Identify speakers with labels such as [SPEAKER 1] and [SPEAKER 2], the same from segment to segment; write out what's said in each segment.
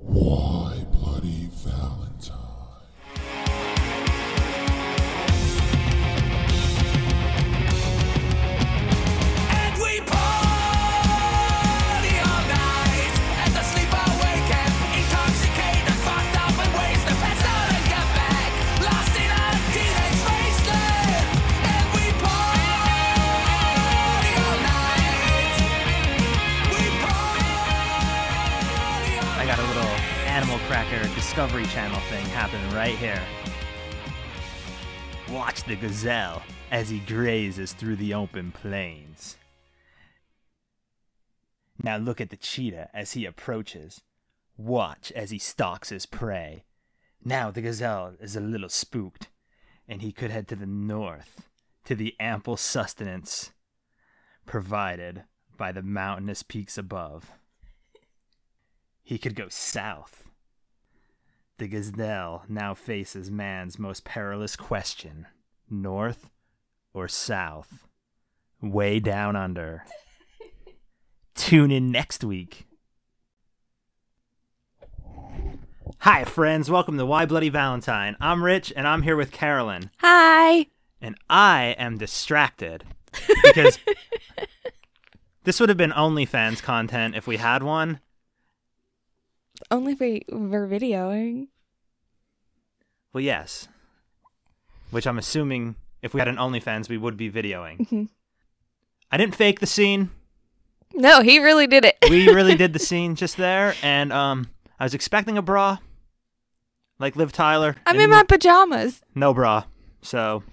[SPEAKER 1] Why Bloody Valentine?
[SPEAKER 2] And we party all night, and the sleeper wake up, intoxicated, fucked up, and ways to pass out and get back, lost in a teenage wasteland. And we party all night. We party all
[SPEAKER 3] I got a little Animal Cracker Discovery Channel thing happening right here. Watch the gazelle as he grazes through the open plains. Now look at the cheetah as he approaches. Watch as he stalks his prey. Now the gazelle is a little spooked, and he could head to the north to the ample sustenance provided by the mountainous peaks above he could go south. The gazelle now faces man's most perilous question north or south? Way down under. Tune in next week. Hi, friends. Welcome to Why Bloody Valentine. I'm Rich, and I'm here with Carolyn,
[SPEAKER 4] Hi.
[SPEAKER 3] and I am distracted because this would have been OnlyFans content if we had one.
[SPEAKER 4] Only if we were videoing.
[SPEAKER 3] Well, yes. Which I'm assuming if we had an OnlyFans, we would be videoing. I didn't fake the scene.
[SPEAKER 4] No, he really did it.
[SPEAKER 3] We really did the scene just there, and um, I was expecting a bra, like Liv Tyler.
[SPEAKER 4] I'm in
[SPEAKER 3] Didn't-
[SPEAKER 4] my pajamas,
[SPEAKER 3] no bra. So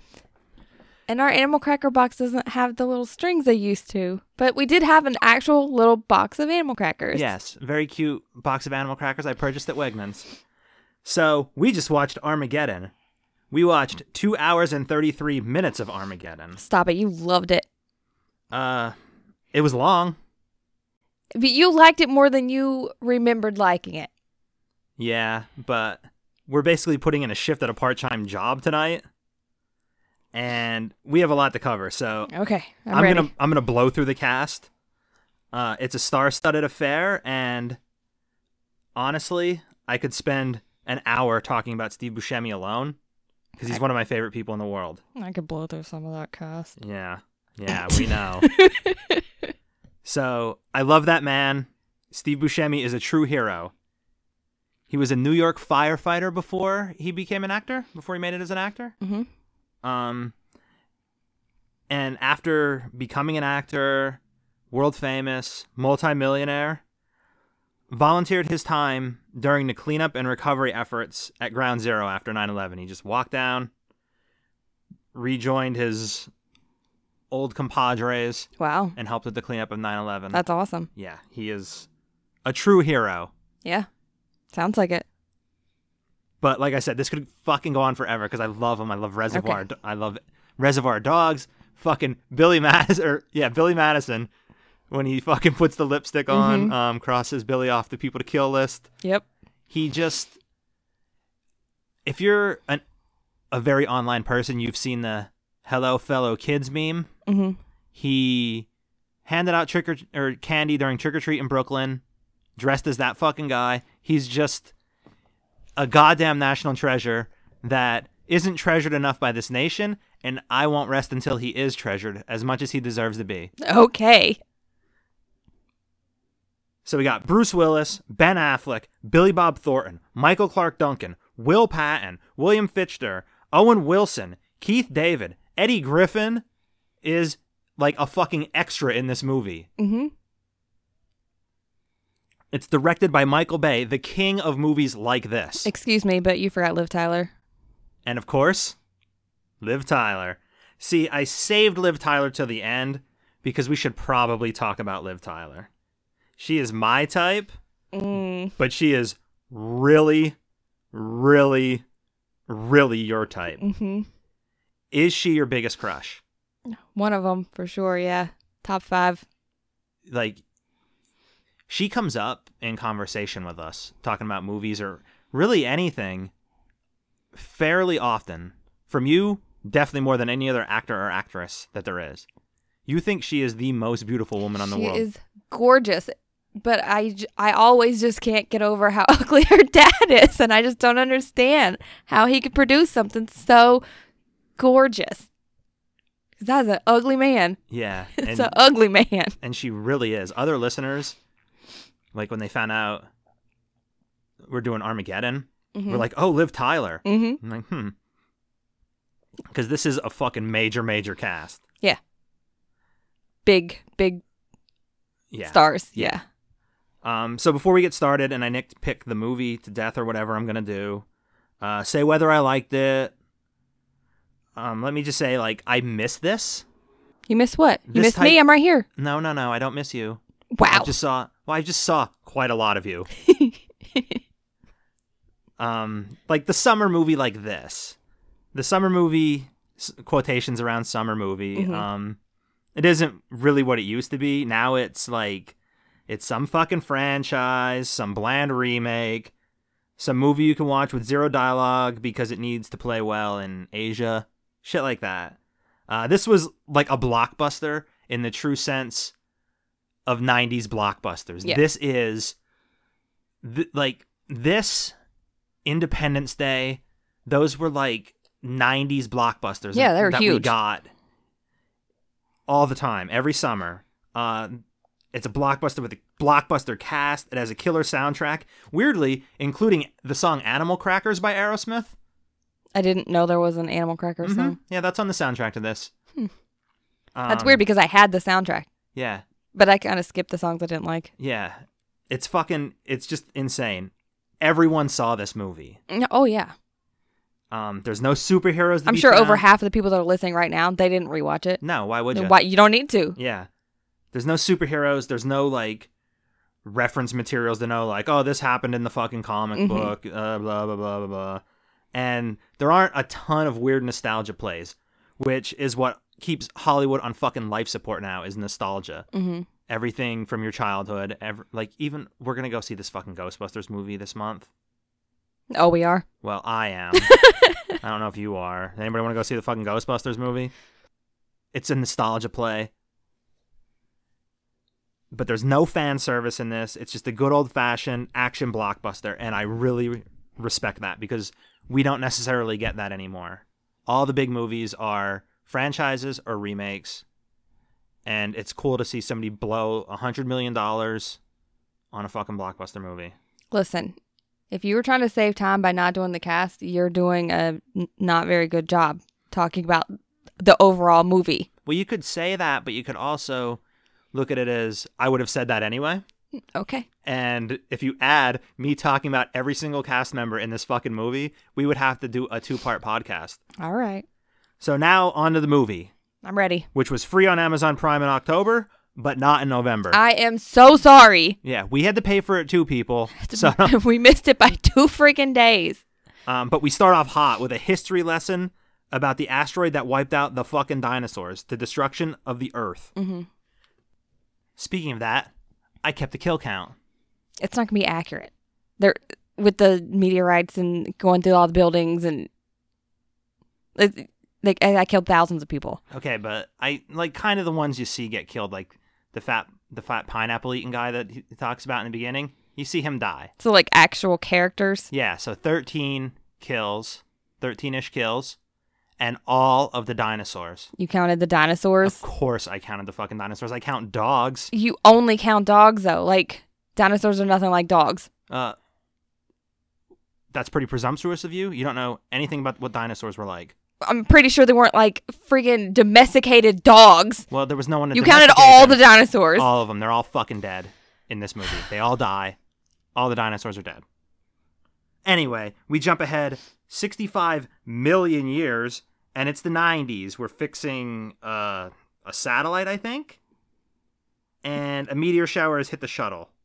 [SPEAKER 4] and our animal cracker box doesn't have the little strings they used to. But we did have an actual little box of animal crackers.
[SPEAKER 3] yes, very cute box of animal crackers I purchased at Wegmans. So we just watched Armageddon. We watched two hours and thirty-three minutes of Armageddon.
[SPEAKER 4] Stop it. You loved it.
[SPEAKER 3] Uh, it was long.
[SPEAKER 4] But you liked it more than you remembered liking it.
[SPEAKER 3] Yeah, but we're basically putting in a shift at a part time job tonight. And we have a lot to cover, so
[SPEAKER 4] Okay. I'm,
[SPEAKER 3] I'm
[SPEAKER 4] ready.
[SPEAKER 3] gonna I'm gonna blow through the cast. Uh, it's a star-studded affair, and honestly, I could spend an hour talking about Steve Buscemi alone because he's one of my favorite people in the world.
[SPEAKER 4] I could blow through some of that cast.
[SPEAKER 3] Yeah, yeah, we know. so I love that man. Steve Buscemi is a true hero. He was a New York firefighter before he became an actor. Before he made it as an actor.
[SPEAKER 4] Mhm.
[SPEAKER 3] Um, and after becoming an actor, world famous, multimillionaire, volunteered his time during the cleanup and recovery efforts at Ground Zero after 9/11. He just walked down, rejoined his old compadres,
[SPEAKER 4] Wow.
[SPEAKER 3] and helped with the cleanup of 9/11.
[SPEAKER 4] That's awesome.
[SPEAKER 3] yeah, he is a true hero.
[SPEAKER 4] Yeah. Sounds like it.
[SPEAKER 3] But like I said, this could fucking go on forever because I love him. I love Reservoir.
[SPEAKER 4] Okay.
[SPEAKER 3] Do- I love Reservoir Dogs. Fucking Billy Madison, or yeah, Billy Madison, when he fucking puts the lipstick on,
[SPEAKER 4] Mm-hmm.
[SPEAKER 3] um, crosses Billy off the people to kill list.
[SPEAKER 4] Yep.
[SPEAKER 3] He just, if you're an a very online person, you've seen the "Hello, fellow kids" meme.
[SPEAKER 4] Mhm.
[SPEAKER 3] He handed out trick or, or candy during trick or treat in Brooklyn, dressed as that fucking guy. He's just a goddamn national treasure that isn't treasured enough by this nation, and I won't rest until he is treasured as much as he deserves to be.
[SPEAKER 4] Okay.
[SPEAKER 3] So we got Bruce Willis, Ben Affleck, Billy Bob Thornton, Michael Clark Duncan, Will Patton, William Fichtner, Owen Wilson, Keith David, Eddie Griffin is like a fucking extra in this movie.
[SPEAKER 4] Mm-hmm.
[SPEAKER 3] It's directed by Michael Bay, the king of movies like this.
[SPEAKER 4] Excuse me, but you forgot Liv Tyler.
[SPEAKER 3] And of course, Liv Tyler. See, I saved Liv Tyler till the end because we should probably talk about Liv Tyler. She is my type,
[SPEAKER 4] Mm-hmm.
[SPEAKER 3] but she is really, really, really your type.
[SPEAKER 4] Mm-hmm.
[SPEAKER 3] Is she your biggest crush?
[SPEAKER 4] One of them for sure. Yeah. Top five.
[SPEAKER 3] Like, she comes up in conversation with us talking about movies or really anything fairly often from you definitely more than any other actor or actress that there is you think she is the most beautiful woman on the
[SPEAKER 4] she
[SPEAKER 3] world
[SPEAKER 4] is gorgeous, but I, j- I always just can't get over how ugly her dad is, and I just don't understand how he could produce something so gorgeous. 'Cause That's an ugly man.
[SPEAKER 3] yeah
[SPEAKER 4] It's
[SPEAKER 3] and-
[SPEAKER 4] an ugly man.
[SPEAKER 3] and she really is. Other listeners, like when they found out we're doing Armageddon, we're like, "Oh, Liv Tyler."
[SPEAKER 4] Mm-hmm.
[SPEAKER 3] I'm like, hmm, because this is a fucking major, major cast.
[SPEAKER 4] Yeah. Big, big
[SPEAKER 3] Yeah.
[SPEAKER 4] stars.
[SPEAKER 3] Yeah.
[SPEAKER 4] Yeah.
[SPEAKER 3] Um. So before we get started, and I nicked pick the movie to death or whatever I'm gonna do, uh, say whether I liked it. Um. Let me just say, like, I miss this.
[SPEAKER 4] You miss what? You
[SPEAKER 3] This
[SPEAKER 4] miss
[SPEAKER 3] type-
[SPEAKER 4] me. I'm right here.
[SPEAKER 3] No, no, no. I don't miss you.
[SPEAKER 4] Wow.
[SPEAKER 3] I just saw. Well, I just saw quite a lot of you. um, like the summer movie, like this, the summer movie s- quotations around summer movie. Um, it isn't really what it used to be. Now it's like it's some fucking franchise, some bland remake, some movie you can watch with zero dialogue because it needs to play well in Asia, shit like that. Uh, this was like a blockbuster in the true sense of 90s blockbusters.
[SPEAKER 4] Yeah.
[SPEAKER 3] This is th- like this Independence Day, those were like 90s blockbusters.
[SPEAKER 4] Yeah, they were
[SPEAKER 3] that We
[SPEAKER 4] huge.
[SPEAKER 3] got all the time, every summer. Uh, it's a blockbuster with a blockbuster cast. It has a killer soundtrack. Weirdly, including the song Animal Crackers by Aerosmith.
[SPEAKER 4] I didn't know there was an Animal Cracker
[SPEAKER 3] Mhm.
[SPEAKER 4] song. Hmm.
[SPEAKER 3] Yeah, that's on the soundtrack to this.
[SPEAKER 4] That's
[SPEAKER 3] Um,
[SPEAKER 4] weird because I had the soundtrack,
[SPEAKER 3] Yeah,
[SPEAKER 4] but I kind of skipped the songs I didn't like.
[SPEAKER 3] yeah. It's fucking, it's just insane. Everyone saw this movie.
[SPEAKER 4] No- Oh, yeah.
[SPEAKER 3] Um, there's no superheroes. To
[SPEAKER 4] I'm
[SPEAKER 3] be
[SPEAKER 4] sure over
[SPEAKER 3] found.
[SPEAKER 4] half of the people that are listening right now, they didn't rewatch it.
[SPEAKER 3] No, why would you?
[SPEAKER 4] Then Why you don't need to.
[SPEAKER 3] Yeah. There's no superheroes. There's no like reference materials to know like, oh, this happened in the fucking comic
[SPEAKER 4] Mhm.
[SPEAKER 3] book. Uh, blah blah blah blah blah. And there aren't a ton of weird nostalgia plays, which is what keeps Hollywood on fucking life support now is nostalgia.
[SPEAKER 4] Mhm.
[SPEAKER 3] Everything from your childhood, ever like even we're gonna go see this fucking Ghostbusters movie this month.
[SPEAKER 4] Oh, we are.
[SPEAKER 3] Well, I am. I don't know if you are. Anybody want to go see the fucking Ghostbusters movie? It's a nostalgia play. But there's no fan service in this. It's just a good old fashioned action blockbuster. And I really re- respect that because we don't necessarily get that anymore. All the big movies are franchises or remakes. And it's cool to see somebody blow $100 million on a fucking blockbuster movie.
[SPEAKER 4] Listen, if you were trying to save time by not doing the cast, you're doing a n- not very good job talking about the overall movie.
[SPEAKER 3] Well, you could say that, but you could also look at it as I would have said that anyway.
[SPEAKER 4] Okay.
[SPEAKER 3] And if you add me talking about every single cast member in this fucking movie, we would have to do a two part podcast.
[SPEAKER 4] All right.
[SPEAKER 3] So now on to the movie,
[SPEAKER 4] I'm ready.
[SPEAKER 3] which was free on Amazon Prime in October, but not in November.
[SPEAKER 4] I am so sorry.
[SPEAKER 3] yeah, we had to pay for it too, people. So,
[SPEAKER 4] we missed it by two freaking days.
[SPEAKER 3] um, but we start off hot with a history lesson about the asteroid that wiped out the fucking dinosaurs, the destruction of the Earth.
[SPEAKER 4] Mhm.
[SPEAKER 3] Speaking of that, I kept a kill count.
[SPEAKER 4] It's not going to be accurate. There with the meteorites and going through all the buildings and it, like I, I killed thousands of people.
[SPEAKER 3] Okay, but I like kind of the ones you see get killed, like the fat the fat pineapple eating guy that he talks about in the beginning. You see him die.
[SPEAKER 4] So like actual characters.
[SPEAKER 3] Yeah, so thirteen kills, thirteen ish kills, and all of the dinosaurs.
[SPEAKER 4] You counted the dinosaurs.
[SPEAKER 3] Of course, I counted the fucking dinosaurs. I count dogs.
[SPEAKER 4] you only count dogs though. Like dinosaurs are nothing like dogs.
[SPEAKER 3] Uh, that's pretty presumptuous of you. You don't know anything about what dinosaurs were like.
[SPEAKER 4] I'm pretty sure they weren't like freaking domesticated dogs.
[SPEAKER 3] Well, there was no one. To
[SPEAKER 4] You counted
[SPEAKER 3] domesticate
[SPEAKER 4] all the
[SPEAKER 3] them.
[SPEAKER 4] dinosaurs.
[SPEAKER 3] All of them. They're all fucking dead in this movie. They all die. All the dinosaurs are dead. Anyway, we jump ahead 65 million years, and it's the 90s. We're fixing uh, a satellite, I think, and a meteor shower has hit the shuttle.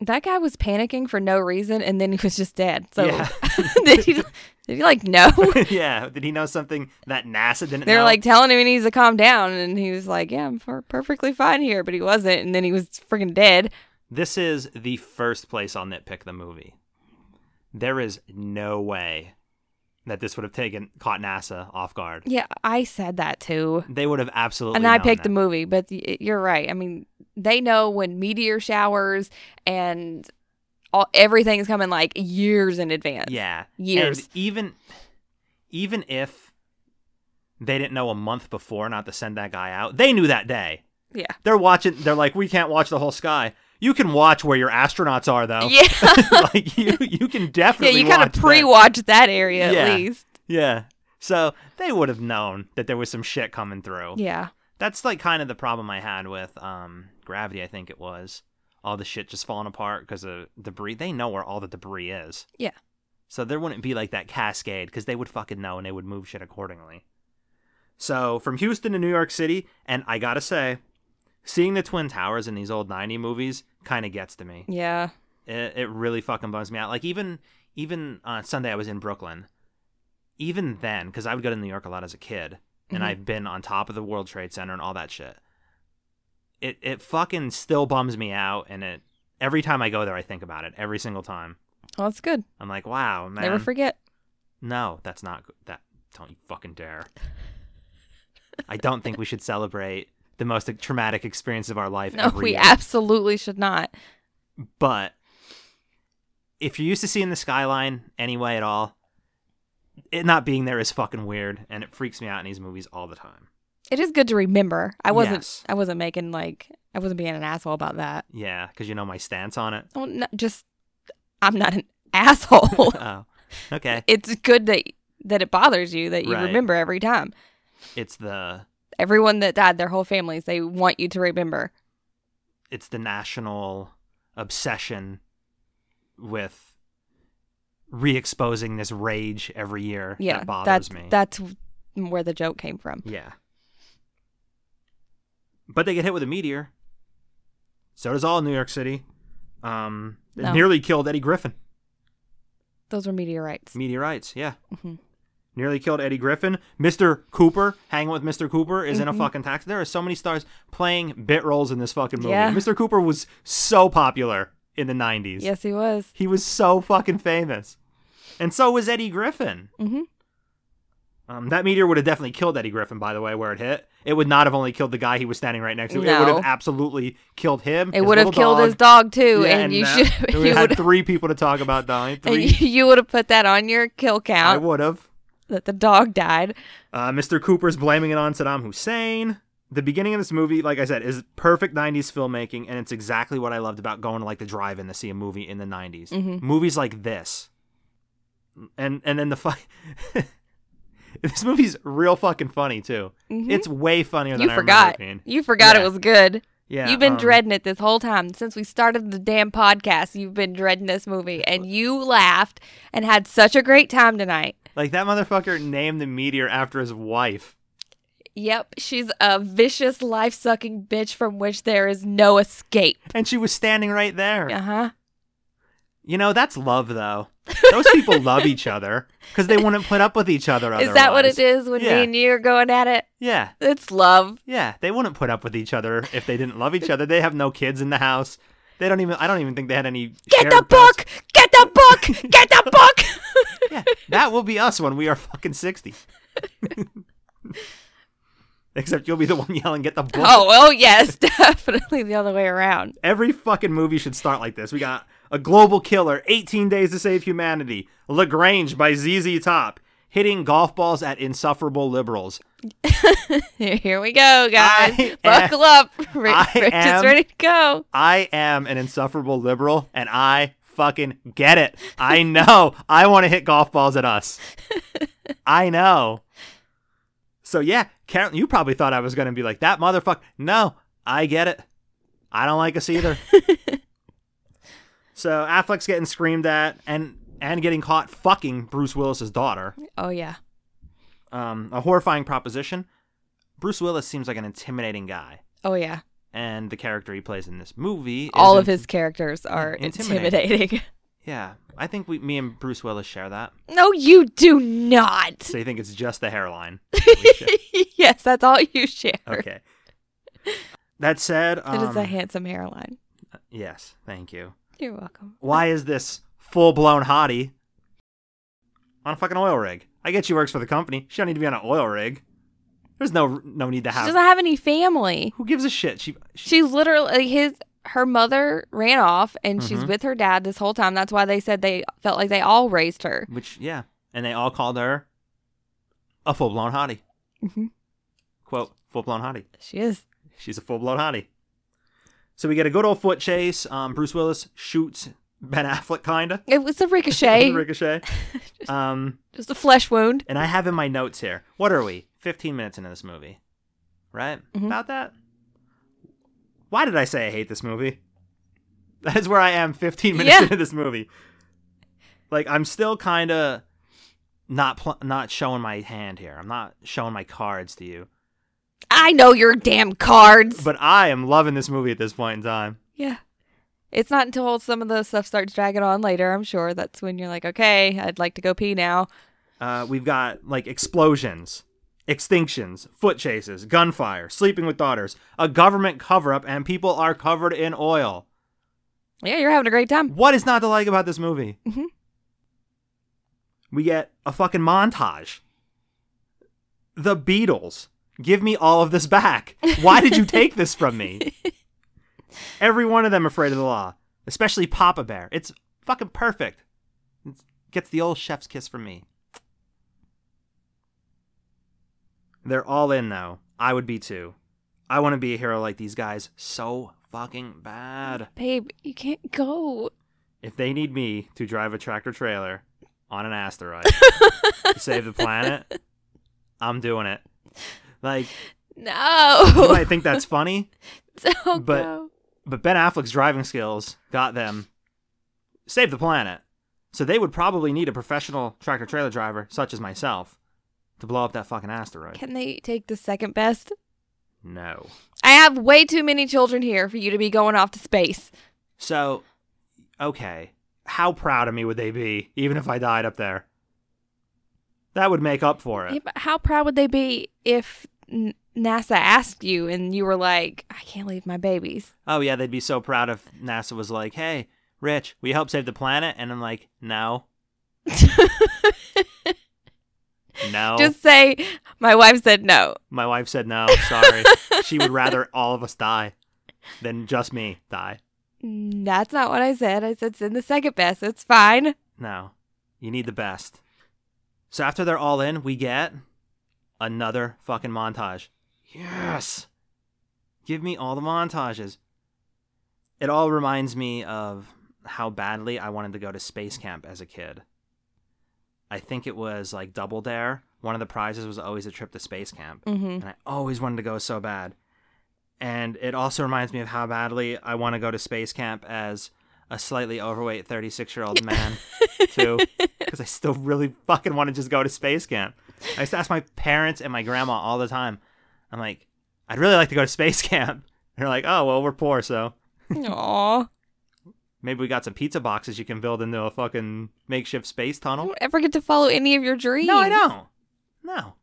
[SPEAKER 4] That guy was panicking for no reason and then he was just dead. So
[SPEAKER 3] Yeah.
[SPEAKER 4] Did he- Did you like no?
[SPEAKER 3] yeah. Did he know something that NASA didn't
[SPEAKER 4] They're
[SPEAKER 3] know?
[SPEAKER 4] like telling him he needs to calm down, and he was like, "Yeah, I'm per- perfectly fine here," but he wasn't, and then he was freaking dead.
[SPEAKER 3] This is the first place I'll nitpick the movie. There is no way that this would have taken caught NASA off guard.
[SPEAKER 4] Yeah, I said that too,
[SPEAKER 3] They would have absolutely.
[SPEAKER 4] and I
[SPEAKER 3] known
[SPEAKER 4] picked the
[SPEAKER 3] that.
[SPEAKER 4] movie, but y- you're right. I mean, they know when meteor showers and all everything's coming like years in advance.
[SPEAKER 3] Yeah,
[SPEAKER 4] Years.
[SPEAKER 3] And even, even if they didn't know a month before not to send that guy out, they knew that day.
[SPEAKER 4] yeah,
[SPEAKER 3] They're watching. They're like, we can't watch the whole sky. You can watch where your astronauts are, though.
[SPEAKER 4] yeah.
[SPEAKER 3] like you, you can
[SPEAKER 4] yeah.
[SPEAKER 3] definitely.
[SPEAKER 4] You kind of
[SPEAKER 3] watch that.
[SPEAKER 4] pre-watch that area
[SPEAKER 3] Yeah.
[SPEAKER 4] at least.
[SPEAKER 3] Yeah. So they would have known that there was some shit coming through.
[SPEAKER 4] Yeah,
[SPEAKER 3] That's like kind of the problem I had with um gravity. I think it was all the shit just falling apart because of debris. They know where all the debris is.
[SPEAKER 4] Yeah.
[SPEAKER 3] So there wouldn't be like that cascade because they would fucking know and they would move shit accordingly. So from Houston to New York City, and I gotta say, seeing the twin towers in these old '90 movies kind of gets to me
[SPEAKER 4] yeah.
[SPEAKER 3] it, it really fucking bums me out. Like even even uh, Sunday I was in Brooklyn. Even then, because I would go to New York a lot as a kid, and
[SPEAKER 4] Mhm.
[SPEAKER 3] I've been on top of the World Trade Center and all that shit. It it fucking still bums me out, and it every time I go there I think about it every single time.
[SPEAKER 4] Well, that's good.
[SPEAKER 3] I'm like, wow, man.
[SPEAKER 4] Never forget.
[SPEAKER 3] No, that's not good. that. Don't you fucking dare. I don't think we should celebrate the most traumatic experience of our life.
[SPEAKER 4] No,
[SPEAKER 3] every
[SPEAKER 4] we
[SPEAKER 3] year.
[SPEAKER 4] absolutely should not.
[SPEAKER 3] but if you're used to seeing the skyline anyway at all, it not being there is fucking weird, and it freaks me out in these movies all the time.
[SPEAKER 4] It is good to remember. I wasn't.
[SPEAKER 3] Yes.
[SPEAKER 4] I wasn't making like. I wasn't being an asshole about that.
[SPEAKER 3] Yeah, because you know my stance on it.
[SPEAKER 4] Oh, no, just. I'm not an asshole.
[SPEAKER 3] Oh, okay.
[SPEAKER 4] it's good that that it bothers you that you
[SPEAKER 3] Right.
[SPEAKER 4] remember every time.
[SPEAKER 3] It's the
[SPEAKER 4] Everyone that died, their whole families, they want you to remember.
[SPEAKER 3] it's the national obsession with re-exposing this rage every year
[SPEAKER 4] Yeah,
[SPEAKER 3] that bothers
[SPEAKER 4] that's
[SPEAKER 3] me.
[SPEAKER 4] that's where the joke came from.
[SPEAKER 3] Yeah. But they get hit with a meteor. So does all New York City. Um, it
[SPEAKER 4] No.
[SPEAKER 3] nearly killed Eddie Griffin.
[SPEAKER 4] Those were meteorites.
[SPEAKER 3] Meteorites, yeah.
[SPEAKER 4] Mhm.
[SPEAKER 3] Nearly killed Eddie Griffin. Mr. Cooper, hanging with Mr. Cooper, is in a
[SPEAKER 4] Mm-hmm.
[SPEAKER 3] fucking taxi. There are so many stars playing bit roles in this fucking movie.
[SPEAKER 4] Yeah.
[SPEAKER 3] Mr. Cooper was so popular in the 90s.
[SPEAKER 4] Yes, he was.
[SPEAKER 3] He was so fucking famous. And so was Eddie Griffin.
[SPEAKER 4] hmm
[SPEAKER 3] Um, that meteor would have definitely killed Eddie Griffin, by the way, where it hit. It would not have only killed the guy he was standing right next to. It would
[SPEAKER 4] No.
[SPEAKER 3] have absolutely killed him.
[SPEAKER 4] It
[SPEAKER 3] his
[SPEAKER 4] would have
[SPEAKER 3] little
[SPEAKER 4] killed his dog too,
[SPEAKER 3] Yeah,
[SPEAKER 4] and, you
[SPEAKER 3] that-
[SPEAKER 4] should.
[SPEAKER 3] It would
[SPEAKER 4] You
[SPEAKER 3] have had
[SPEAKER 4] would.
[SPEAKER 3] three people to talk about dying.
[SPEAKER 4] And
[SPEAKER 3] Three.
[SPEAKER 4] you, you would have put that on your kill
[SPEAKER 3] I
[SPEAKER 4] count
[SPEAKER 3] would have.
[SPEAKER 4] that the dog died.
[SPEAKER 3] Uh, Mr. Cooper's blaming it on Saddam Hussein. The beginning of this movie, like I said, is perfect 90s filmmaking, and it's exactly what I loved about going to like the drive-in to see a movie in the 90s.
[SPEAKER 4] Mm-hmm.
[SPEAKER 3] Movies like this. And and then the fu- This movie's real fucking funny too. It's way funnier than
[SPEAKER 4] Mm-hmm. You
[SPEAKER 3] I
[SPEAKER 4] forgot.
[SPEAKER 3] remember it being.
[SPEAKER 4] You forgot
[SPEAKER 3] Yeah.
[SPEAKER 4] it was good.
[SPEAKER 3] Yeah,
[SPEAKER 4] You've been
[SPEAKER 3] um,
[SPEAKER 4] dreading it this whole time since we started the damn podcast. You've been dreading this movie, and you laughed and had such a great time tonight.
[SPEAKER 3] Like that motherfucker named the meteor after his wife.
[SPEAKER 4] Yep, she's a vicious, life sucking bitch from which there is no escape.
[SPEAKER 3] And she was standing right there.
[SPEAKER 4] Uh huh.
[SPEAKER 3] You know, that's love though. Those people love each other because they wouldn't put up with each other otherwise.
[SPEAKER 4] Is that what it is when
[SPEAKER 3] Yeah.
[SPEAKER 4] me and you are going at it?
[SPEAKER 3] Yeah.
[SPEAKER 4] It's love.
[SPEAKER 3] Yeah. They wouldn't put up with each other if they didn't love each other. They have no kids in the house. They don't even I don't even think they had any
[SPEAKER 4] Get
[SPEAKER 3] shared
[SPEAKER 4] the
[SPEAKER 3] pets.
[SPEAKER 4] book! Get the book! Get the book!
[SPEAKER 3] Yeah. That will be us when we are fucking sixty. Except you'll be the one yelling, get the book.
[SPEAKER 4] oh, well, yes, definitely the other way around.
[SPEAKER 3] Every fucking movie should start like this. We got A Global Killer, 18 Days to Save Humanity, LaGrange by ZZ Top, hitting golf balls at insufferable liberals.
[SPEAKER 4] Here we go, guys.
[SPEAKER 3] I
[SPEAKER 4] Buckle up. Rich,
[SPEAKER 3] I
[SPEAKER 4] Rich
[SPEAKER 3] am-
[SPEAKER 4] is ready to go.
[SPEAKER 3] I am an insufferable liberal and I fucking get it. I know. I want to hit golf balls at us. I know. So yeah, Carol, you probably thought I was going to be like that motherfucker. No, I get it. I don't like us either. so Affleck's getting screamed at and and getting caught fucking Bruce Willis's daughter.
[SPEAKER 4] Oh, yeah.
[SPEAKER 3] Um, a horrifying proposition. Bruce Willis seems like an intimidating guy,
[SPEAKER 4] Oh, yeah.
[SPEAKER 3] and the character he plays in this movie
[SPEAKER 4] All of
[SPEAKER 3] isn't-
[SPEAKER 4] his characters are
[SPEAKER 3] Intimidating.
[SPEAKER 4] intimidating.
[SPEAKER 3] Yeah, I think we, me and Bruce Willis share that.
[SPEAKER 4] No, you do not.
[SPEAKER 3] So you think it's just the hairline?
[SPEAKER 4] yes, that's all you share.
[SPEAKER 3] Okay. That said,
[SPEAKER 4] It is
[SPEAKER 3] um,
[SPEAKER 4] a handsome hairline.
[SPEAKER 3] yes, thank you.
[SPEAKER 4] You're welcome.
[SPEAKER 3] Why is this full-blown hottie on a fucking oil rig? I get she works for the company. She don't need to be on an oil rig. There's no no need to
[SPEAKER 4] She
[SPEAKER 3] have.
[SPEAKER 4] doesn't have any family.
[SPEAKER 3] Who gives a shit? She, she
[SPEAKER 4] She literally his her mother ran off and she's
[SPEAKER 3] Mhm.
[SPEAKER 4] with her dad this whole time. That's why they said they felt like they all raised her.
[SPEAKER 3] which yeah, and they all called her a full-blown hottie.
[SPEAKER 4] Mhm.
[SPEAKER 3] Quote full-blown hottie.
[SPEAKER 4] She is.
[SPEAKER 3] She's a full blown hottie. So we get a good old foot chase. Um, Bruce Willis shoots Ben Affleck, kinda.
[SPEAKER 4] It was a ricochet,
[SPEAKER 3] Ricochet. Um,
[SPEAKER 4] just a flesh wound.
[SPEAKER 3] and I have in my notes here. What are we? Fifteen minutes into this movie, right?
[SPEAKER 4] Mm-hmm.
[SPEAKER 3] About that. Why did I say I hate this movie? That is where I am. Fifteen minutes
[SPEAKER 4] Yeah.
[SPEAKER 3] into this movie, like I'm still kind of not pl- not showing my hand here. I'm not showing my cards to you,
[SPEAKER 4] I know your damn cards.
[SPEAKER 3] but I am loving this movie at this point in time.
[SPEAKER 4] yeah. It's not until some of the stuff starts dragging on later, I'm sure. That's when you're like, okay, I'd like to go pee now.
[SPEAKER 3] Uh, we've got like explosions, extinctions, foot chases, gunfire, sleeping with daughters, a government cover up, and people are covered in oil.
[SPEAKER 4] Yeah, you're having a great time.
[SPEAKER 3] What is not to like about this movie?
[SPEAKER 4] Mhm.
[SPEAKER 3] We get a fucking montage. The Beatles. Give me all of this back. Why did you take this from me? Every one of them afraid of the law, especially Papa Bear. It's fucking perfect. It gets the old chef's kiss from me. They're all in though. I would be too. I want to be a hero like these guys so fucking bad.
[SPEAKER 4] Babe, you can't go.
[SPEAKER 3] If they need me to drive a tractor trailer on an asteroid to save the planet, I'm doing it. Like, you
[SPEAKER 4] No.
[SPEAKER 3] might think that's funny,
[SPEAKER 4] Don't
[SPEAKER 3] but-
[SPEAKER 4] go.
[SPEAKER 3] but Ben Affleck's driving skills got them save the planet. So they would probably need a professional tractor trailer driver, such as myself, to blow up that fucking asteroid.
[SPEAKER 4] Can they take the second best?
[SPEAKER 3] No.
[SPEAKER 4] I have way too many children here for you to be going off to space.
[SPEAKER 3] So, okay. How proud of me would they be, even if I died up there? That would make up for it.
[SPEAKER 4] Yeah, but how proud would they be if N- NASA asked you and you were like, I can't leave my babies?
[SPEAKER 3] oh yeah, they'd be so proud if NASA was like, "Hey, Rich, we help save the planet," and I'm like, "No, no."
[SPEAKER 4] Just say, my wife said no.
[SPEAKER 3] My wife said no. Sorry, she would rather all of us die than just me die.
[SPEAKER 4] "Mm, That's not what I said. I said send the second best. It's fine.
[SPEAKER 3] No, you need the best. So after they're all in, we get another fucking montage. Yes, give me all the montages. It all reminds me of how badly I wanted to go to space camp as a kid. I think it was like Double Dare. One of the prizes was always a trip to space camp
[SPEAKER 4] Mm-hmm.
[SPEAKER 3] and I always wanted to go so bad. And it also reminds me of how badly I want to go to space camp as a slightly overweight 36 year old man, too, because I still really fucking want to just go to space camp. I used to ask my parents and my grandma all the time, I'm like, I'd really like to go to space camp. And they're like, oh, well, we're poor, so
[SPEAKER 4] Aw.
[SPEAKER 3] maybe we got some pizza boxes you can build into a fucking makeshift space
[SPEAKER 4] I
[SPEAKER 3] tunnel.
[SPEAKER 4] don't ever get to follow any of your dreams.
[SPEAKER 3] No, I don't. No.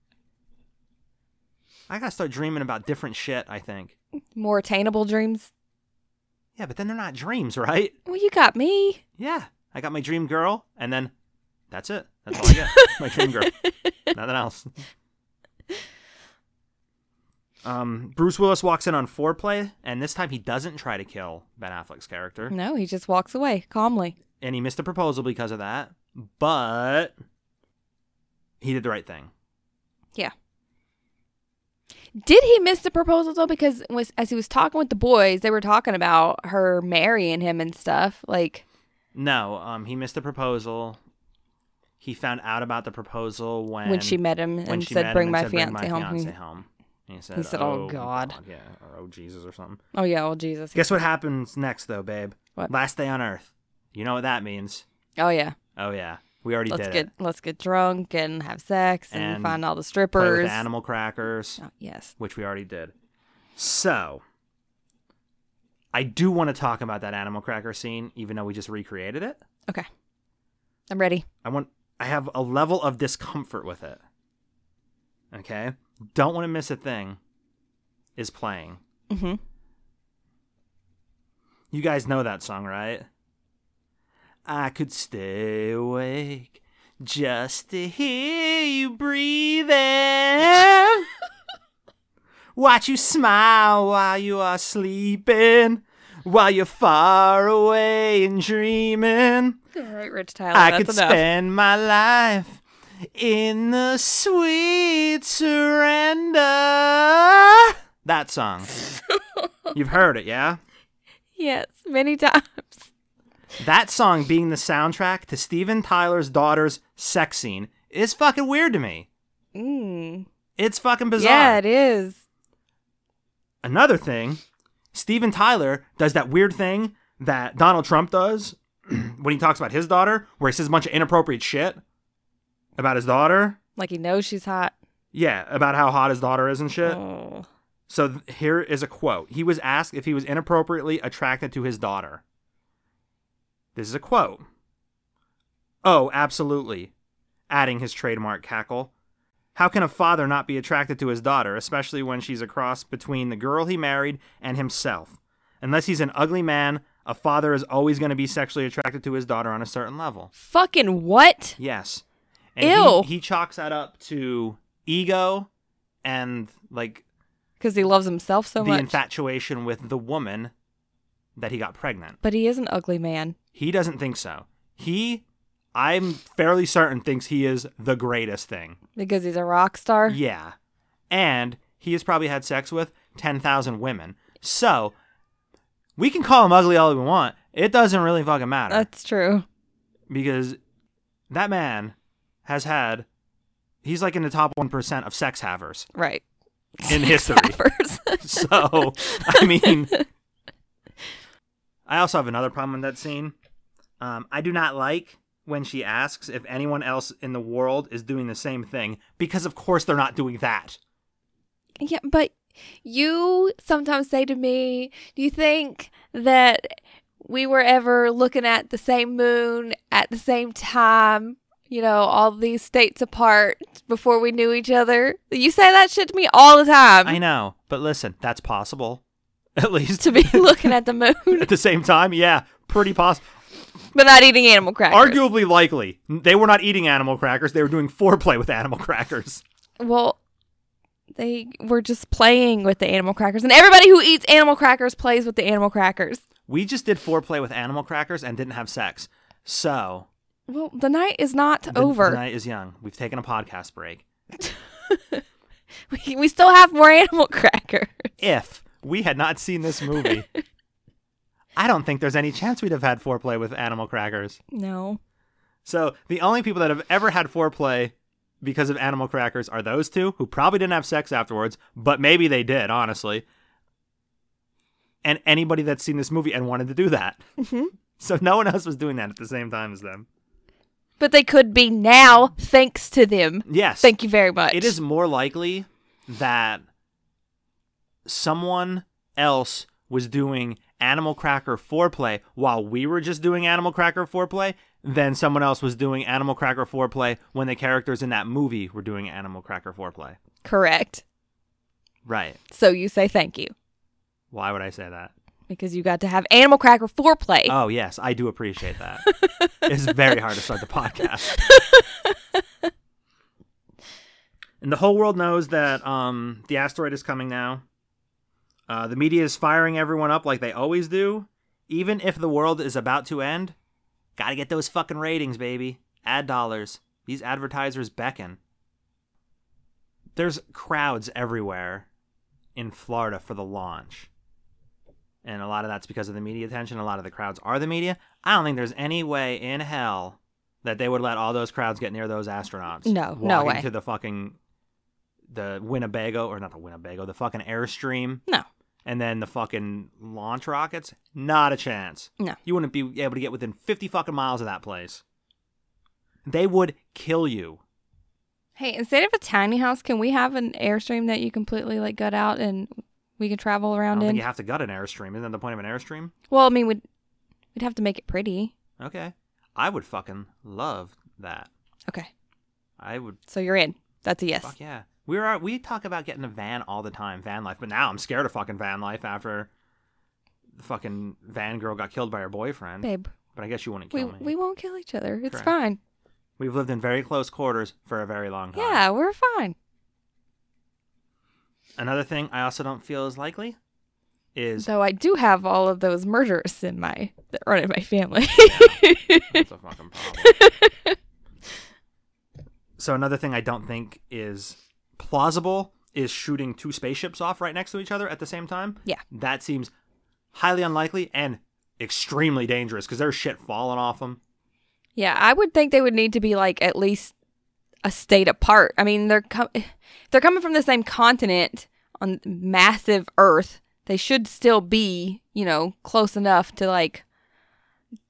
[SPEAKER 3] I gotta start dreaming about different shit, I think.
[SPEAKER 4] More attainable dreams.
[SPEAKER 3] Yeah, but then they're not dreams, right?
[SPEAKER 4] Well, you got me.
[SPEAKER 3] Yeah. I got my dream girl, and then that's it. That's all I get. my dream girl. Nothing else. Um, Bruce Willis walks in on foreplay, and this time he doesn't try to kill Ben Affleck's character,
[SPEAKER 4] No, he just walks away calmly.
[SPEAKER 3] and he missed a proposal because of that. But he did the right thing.
[SPEAKER 4] Yeah. Did he miss the proposal though? Because was, as he was talking with the boys, they were talking about her marrying him and stuff. Like,
[SPEAKER 3] No, um, he missed the proposal. He found out about the proposal when
[SPEAKER 4] When she met him
[SPEAKER 3] when
[SPEAKER 4] and
[SPEAKER 3] she
[SPEAKER 4] said,
[SPEAKER 3] met him
[SPEAKER 4] "Bring
[SPEAKER 3] and
[SPEAKER 4] my
[SPEAKER 3] said,
[SPEAKER 4] fiancé home."
[SPEAKER 3] fiancé home." And he said,
[SPEAKER 4] said, "Oh, God."
[SPEAKER 3] yeah, or "Oh Jesus" or something.
[SPEAKER 4] oh yeah, oh Jesus.
[SPEAKER 3] Guess what happens next, though, babe?
[SPEAKER 4] What?
[SPEAKER 3] Last day on Earth. You know what that means?
[SPEAKER 4] Oh yeah.
[SPEAKER 3] Oh yeah, we already
[SPEAKER 4] Let's
[SPEAKER 3] did
[SPEAKER 4] get
[SPEAKER 3] it.
[SPEAKER 4] let's get drunk and have sex and,
[SPEAKER 3] And
[SPEAKER 4] find all
[SPEAKER 3] Play
[SPEAKER 4] the
[SPEAKER 3] with
[SPEAKER 4] strippers.
[SPEAKER 3] animal crackers,
[SPEAKER 4] Oh, yes.
[SPEAKER 3] which we already did. So I do want to talk about that animal cracker scene, even though we just recreated it.
[SPEAKER 4] Okay. I'm ready.
[SPEAKER 3] I want I have a level of discomfort with it. Okay? Don't want to miss a thing is playing.
[SPEAKER 4] Mhm.
[SPEAKER 3] You guys know that song, right? I could stay awake just to hear you breathing. Watch you smile while you are sleeping, while you're far away and dreaming.
[SPEAKER 4] All right, Rich Tyler.
[SPEAKER 3] I
[SPEAKER 4] that's
[SPEAKER 3] could
[SPEAKER 4] enough.
[SPEAKER 3] spend my life in the sweet surrender. That song. You've heard it, yeah?
[SPEAKER 4] Yes, many times.
[SPEAKER 3] That song being the soundtrack to Steven Tyler's daughter's sex scene is fucking weird to me.
[SPEAKER 4] Mm.
[SPEAKER 3] It's fucking bizarre.
[SPEAKER 4] Yeah, it is.
[SPEAKER 3] Another thing, Steven Tyler does that weird thing that Donald Trump does when he talks about his daughter, where he says a bunch of inappropriate shit about his daughter.
[SPEAKER 4] Like he knows she's hot.
[SPEAKER 3] Yeah, about how hot his daughter is and shit.
[SPEAKER 4] Oh.
[SPEAKER 3] So th- here is a quote. He was asked if he was inappropriately attracted to his daughter. This is a quote. Oh, absolutely. Adding his trademark cackle. How can a father not be attracted to his daughter, especially when she's a cross between the girl he married and himself? Unless he's an ugly man, a father is always going to be sexually attracted to his daughter on a certain level.
[SPEAKER 4] Fucking what?
[SPEAKER 3] Yes. And he-
[SPEAKER 4] Ew.
[SPEAKER 3] he chalks that up to ego and like
[SPEAKER 4] Because he loves himself so
[SPEAKER 3] the
[SPEAKER 4] much.
[SPEAKER 3] infatuation with the woman that he got pregnant.
[SPEAKER 4] but he is an ugly man.
[SPEAKER 3] He doesn't think so. He, I'm fairly certain, thinks he is the greatest thing.
[SPEAKER 4] Because he's a rock star.
[SPEAKER 3] Yeah. And he has probably had sex with 10,000 women. So we can call him ugly all we want. It doesn't really fucking matter
[SPEAKER 4] That's true.
[SPEAKER 3] because that man has had, he's like in the top 1% of sex havers
[SPEAKER 4] Right.
[SPEAKER 3] in history.
[SPEAKER 4] First.
[SPEAKER 3] So, I mean, I also have another problem with that scene. Um, I do not like when she asks if anyone else in the world is doing the same thing because, of course, they're not doing that.
[SPEAKER 4] Yeah, but you sometimes say to me, Do you think that we were ever looking at the same moon at the same time, you know, all these states apart before we knew each other? You say that shit to me all the time.
[SPEAKER 3] I know, but listen, that's possible. At least
[SPEAKER 4] To be looking at the moon,
[SPEAKER 3] at the same time, yeah, pretty possible.
[SPEAKER 4] but not eating animal crackers.
[SPEAKER 3] Arguably likely. They were not eating animal crackers; they were doing foreplay with animal crackers.
[SPEAKER 4] Well, they were just playing with the animal crackers, and everybody who eats animal crackers plays with the animal crackers.
[SPEAKER 3] We just did foreplay with animal crackers and didn't have sex. So
[SPEAKER 4] Well, the night is not
[SPEAKER 3] the-
[SPEAKER 4] over.
[SPEAKER 3] The night is young. We've taken a podcast break.
[SPEAKER 4] We, we still have more animal crackers.
[SPEAKER 3] if we had not seen this movie, I don't think there's any chance we'd have had foreplay with animal crackers.
[SPEAKER 4] No.
[SPEAKER 3] So the only people that have ever had foreplay because of animal crackers are those two who probably didn't have sex afterwards, but maybe they did, honestly. And anybody that's seen this movie and wanted to do that. So no one else was doing that at the same time as them.
[SPEAKER 4] But they could be now, thanks to them.
[SPEAKER 3] Yes.
[SPEAKER 4] Thank you very much.
[SPEAKER 3] It is more likely that someone else was doing animal cracker foreplay while we were just doing animal cracker foreplay than someone else was doing animal cracker foreplay when the characters in that movie were doing animal cracker foreplay.
[SPEAKER 4] correct.
[SPEAKER 3] Right.
[SPEAKER 4] So you say thank you
[SPEAKER 3] Why would I say that?
[SPEAKER 4] because you got to have animal cracker foreplay.
[SPEAKER 3] Oh, yes, I do appreciate that. it's very hard to start the podcast. and the whole world knows that um, the asteroid is coming now. Uh, the media is firing everyone up like they always do. Even if the world is about to end, gotta get those fucking ratings, baby. Ad dollars. These advertisers beckon. There's crowds everywhere in Florida for the launch and a lot of that's because of the media attention. A lot of the crowds are the media. I don't think there's any way in hell that they would let all those crowds get near those astronauts.
[SPEAKER 4] No,
[SPEAKER 3] walking
[SPEAKER 4] no way.
[SPEAKER 3] To the fucking the Winnebago or not the Winnebago, the fucking airstream,
[SPEAKER 4] No.
[SPEAKER 3] and then the fucking launch rockets. Not a chance.
[SPEAKER 4] No.
[SPEAKER 3] you wouldn't be able to get within fifty fucking miles of that place. They would kill you.
[SPEAKER 4] Hey, instead of a tiny house, can we have an airstream that you completely like gut out and we can travel
[SPEAKER 3] I
[SPEAKER 4] around
[SPEAKER 3] don't think
[SPEAKER 4] in.
[SPEAKER 3] you have to gut an airstream. Isn't that the point of an airstream?
[SPEAKER 4] Well, I mean, we'd we'd have to make it pretty.
[SPEAKER 3] Okay. I would fucking love that.
[SPEAKER 4] Okay,
[SPEAKER 3] I would.
[SPEAKER 4] so you're in. That's a yes.
[SPEAKER 3] Fuck yeah. We were we talk about getting a van all the time, van life. But now I'm scared of fucking van life after the fucking van girl got killed by her boyfriend.
[SPEAKER 4] Babe,
[SPEAKER 3] But I guess you wouldn't
[SPEAKER 4] we
[SPEAKER 3] kill me.
[SPEAKER 4] we won't kill each other. It's
[SPEAKER 3] Correct.
[SPEAKER 4] fine.
[SPEAKER 3] We've lived in very close quarters for a very long time.
[SPEAKER 4] Yeah, we're fine.
[SPEAKER 3] Another thing I also don't feel is likely is
[SPEAKER 4] Though I do have all of those murders in my that run in my family.
[SPEAKER 3] That's a fucking problem. so another thing I don't think is plausible is shooting two spaceships off right next to each other at the same time.
[SPEAKER 4] Yeah.
[SPEAKER 3] That seems highly unlikely and extremely dangerous because there's shit falling off them.
[SPEAKER 4] yeah, I would think they would need to be like at least a state apart. I mean, they're com- if they're coming from the same continent on massive Earth. They should still be, you know, close enough to like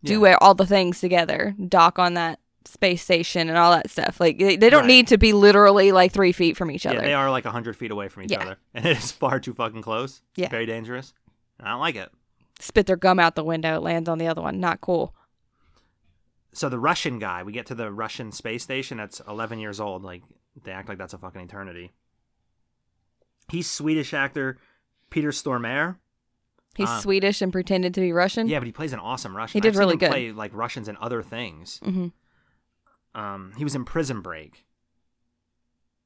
[SPEAKER 4] do all the things together, dock on that space station and all that stuff. Like they, they don't
[SPEAKER 3] Right.
[SPEAKER 4] need to be literally like three feet from each
[SPEAKER 3] Yeah,
[SPEAKER 4] other.
[SPEAKER 3] they are like 100 feet away from each
[SPEAKER 4] Yeah.
[SPEAKER 3] other. And it is far too fucking close.
[SPEAKER 4] Yeah.
[SPEAKER 3] Very dangerous. And I don't like it.
[SPEAKER 4] Spit their gum out the window, it lands on the other one. Not cool.
[SPEAKER 3] So the Russian guy, we get to the Russian space station that's 11 years old. Like, they act like that's a fucking eternity. He's Swedish actor Peter Stormare.
[SPEAKER 4] He's
[SPEAKER 3] Ah.
[SPEAKER 4] Swedish and pretended to be Russian.
[SPEAKER 3] Yeah, but he plays an awesome Russian.
[SPEAKER 4] He did
[SPEAKER 3] I've seen
[SPEAKER 4] really
[SPEAKER 3] him
[SPEAKER 4] good.
[SPEAKER 3] Play like Russians and other things.
[SPEAKER 4] Mhm.
[SPEAKER 3] Um, he was in Prison Break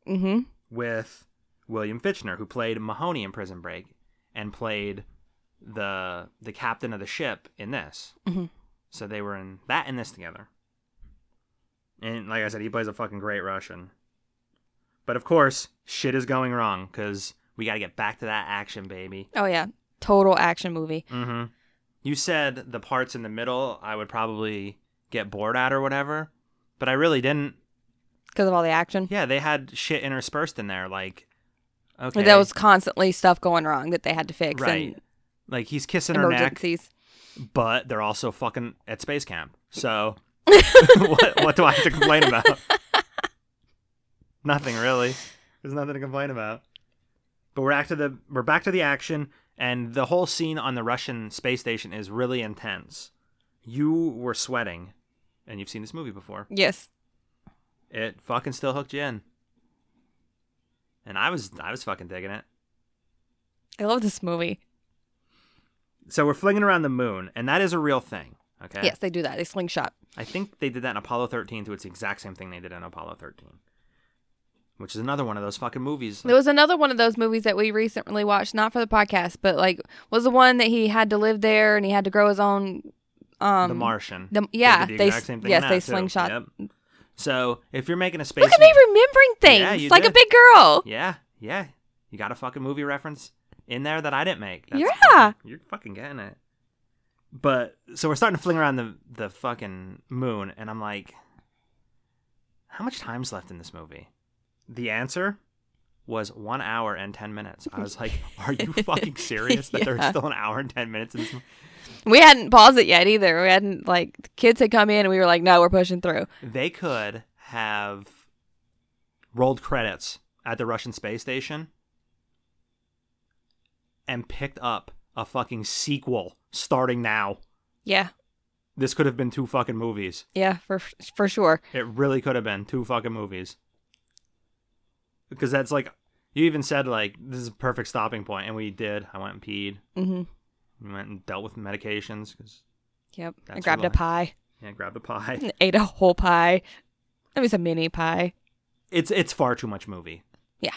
[SPEAKER 4] Mm-hmm.
[SPEAKER 3] with William Fitchner, who played Mahoney in Prison Break, and played the the captain of the ship in this.
[SPEAKER 4] Mhm.
[SPEAKER 3] So they were in that and this together. And like I said, he plays a fucking great Russian. But of course, shit is going wrong because we got to get back to that action, baby.
[SPEAKER 4] Oh yeah, total action movie.
[SPEAKER 3] Mm-hmm. You said the parts in the middle I would probably get bored at or whatever, but I really didn't.
[SPEAKER 4] because of all the action.
[SPEAKER 3] Yeah, they had shit interspersed in there, like okay,
[SPEAKER 4] Like, There was constantly stuff going wrong that they had to fix
[SPEAKER 3] right. Like he's kissing
[SPEAKER 4] and
[SPEAKER 3] her neck,
[SPEAKER 4] emergencies.
[SPEAKER 3] but they're also fucking at space camp. So what, what do I have to complain about? nothing really. There's nothing to complain about. But we're back to the we're back to the action, and the whole scene on the Russian space station is really intense. You were sweating, and you've seen this movie before.
[SPEAKER 4] Yes.
[SPEAKER 3] It fucking still hooked you in. And I was I was fucking digging it.
[SPEAKER 4] I love this movie.
[SPEAKER 3] So we're flinging around the moon, and that is a real thing. Okay.
[SPEAKER 4] Yes, they do that. They slingshot.
[SPEAKER 3] I think they did that in Apollo 13 too. It's the exact same thing they did in Apollo 13, which is another one of those fucking movies.
[SPEAKER 4] There was another one of those movies that we recently watched, not for the podcast, but like was the one that he had to live there and he had to grow his own. Um,
[SPEAKER 3] the Martian.
[SPEAKER 4] the- yeah,
[SPEAKER 3] they, did the
[SPEAKER 4] they
[SPEAKER 3] exact
[SPEAKER 4] s-
[SPEAKER 3] same thing
[SPEAKER 4] yes,
[SPEAKER 3] in
[SPEAKER 4] they
[SPEAKER 3] that, too.
[SPEAKER 4] slingshot.
[SPEAKER 3] Yep. So if you're making a space,
[SPEAKER 4] Look at me remembering things
[SPEAKER 3] Yeah, you
[SPEAKER 4] like a
[SPEAKER 3] did.
[SPEAKER 4] big girl.
[SPEAKER 3] yeah, yeah, you got a fucking movie reference in there that I didn't make. That's
[SPEAKER 4] Yeah.
[SPEAKER 3] fucking- you're fucking getting it. But so we're starting to fling around the the fucking moon, and I'm like, how much time's left in this movie? The answer was one hour and ten minutes. I was like, are you fucking serious that
[SPEAKER 4] Yeah.
[SPEAKER 3] there's still an hour and ten minutes in this movie?
[SPEAKER 4] We hadn't paused it yet either. We hadn't like the kids had come in and we were like, no, we're pushing through.
[SPEAKER 3] they could have rolled credits at the Russian space station and picked up a fucking sequel starting now.
[SPEAKER 4] Yeah,
[SPEAKER 3] This could have been two fucking movies.
[SPEAKER 4] yeah, for for sure.
[SPEAKER 3] It really could have been two fucking movies. Because that's like you even said like this is a perfect stopping point and we did. I went and peed.
[SPEAKER 4] hmm
[SPEAKER 3] We went and dealt with medications cuz
[SPEAKER 4] Yep. I
[SPEAKER 3] That's
[SPEAKER 4] grabbed a
[SPEAKER 3] reliable.
[SPEAKER 4] pie.
[SPEAKER 3] yeah, grab the pie.
[SPEAKER 4] and ate a whole pie. It was a mini pie.
[SPEAKER 3] it's it's far too much movie.
[SPEAKER 4] Yeah.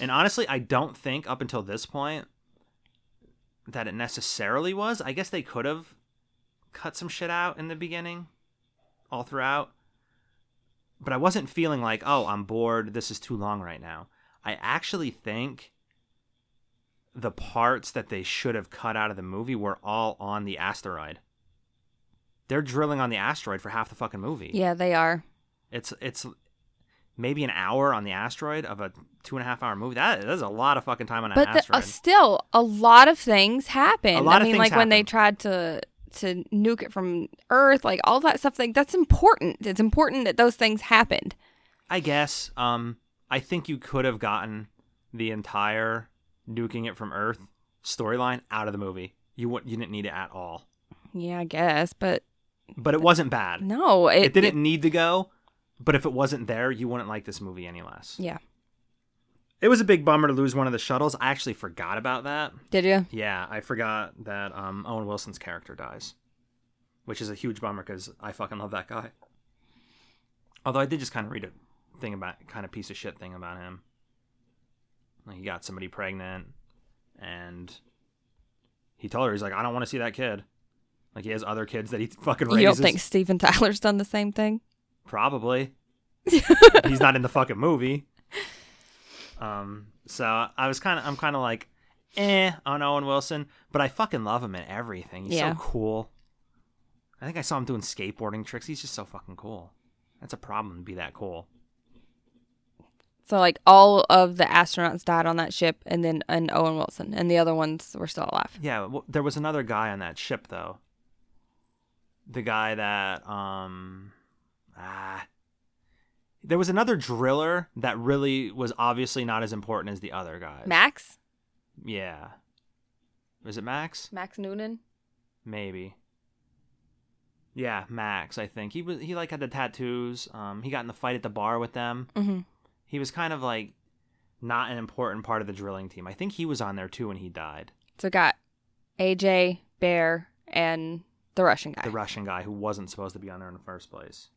[SPEAKER 3] And honestly, I don't think up until this point that it necessarily was. I guess they could have cut some shit out in the beginning, all throughout. But I wasn't feeling like, oh, I'm bored. This is too long right now. I actually think the parts that they should have cut out of the movie were all on the asteroid. They're drilling on the asteroid for half the fucking movie.
[SPEAKER 4] Yeah, they are.
[SPEAKER 3] It's it's maybe an hour on the asteroid of a two and a half hour movie. That that's a lot of fucking time on an
[SPEAKER 4] But the, uh,
[SPEAKER 3] asteroid.
[SPEAKER 4] still, a lot of things happen.
[SPEAKER 3] A lot
[SPEAKER 4] I
[SPEAKER 3] of
[SPEAKER 4] mean,
[SPEAKER 3] things
[SPEAKER 4] like when they
[SPEAKER 3] happen.
[SPEAKER 4] tried to to nuke it from Earth, like all that stuff. Like that's important. It's important that those things happened.
[SPEAKER 3] I guess. Um, I think you could have gotten the entire nuking it from Earth storyline out of the movie. You wa- you didn't need it at all.
[SPEAKER 4] Yeah, I guess, but
[SPEAKER 3] But it wasn't bad.
[SPEAKER 4] no, it,
[SPEAKER 3] it didn't need to go, but if it wasn't there, you wouldn't like this movie any less.
[SPEAKER 4] yeah,
[SPEAKER 3] It was a big bummer to lose one of the shuttles. I actually forgot about that.
[SPEAKER 4] did you?
[SPEAKER 3] Yeah, I forgot that um, Owen Wilson's character dies, which is a huge bummer because I fucking love that guy. Although I did just kind of read a thing about kind of piece of shit thing about him. Like he got somebody pregnant, and he told her he's like, I don't want to see that kid. Like he has other kids that he fucking raises.
[SPEAKER 4] You don't think Steven Tyler's done the same thing?
[SPEAKER 3] Probably. He's not in the fucking movie. Um, so I was kind of, I'm kind of like, eh, on Owen Wilson, but I fucking love him in everything. He's
[SPEAKER 4] Yeah.
[SPEAKER 3] so cool. I think I saw him doing skateboarding tricks. He's just so fucking cool. That's a problem to be that cool.
[SPEAKER 4] So like all of the astronauts died on that ship, and then and Owen Wilson, and the other ones were still alive.
[SPEAKER 3] Yeah, well, there was another guy on that ship though. The guy that um ah there was another driller that really was obviously not as important as the other guys.
[SPEAKER 4] Max,
[SPEAKER 3] Yeah. Was it Max?
[SPEAKER 4] Max Noonan.
[SPEAKER 3] Maybe. Yeah, Max, I think. He was he like had the tattoos. Um he got in the fight at the bar with them.
[SPEAKER 4] Mhm.
[SPEAKER 3] He was kind of like not an important part of the drilling team. I think he was on there too when he died.
[SPEAKER 4] So it got AJ Bear and the Russian guy.
[SPEAKER 3] The Russian guy who wasn't supposed to be on there in the first place.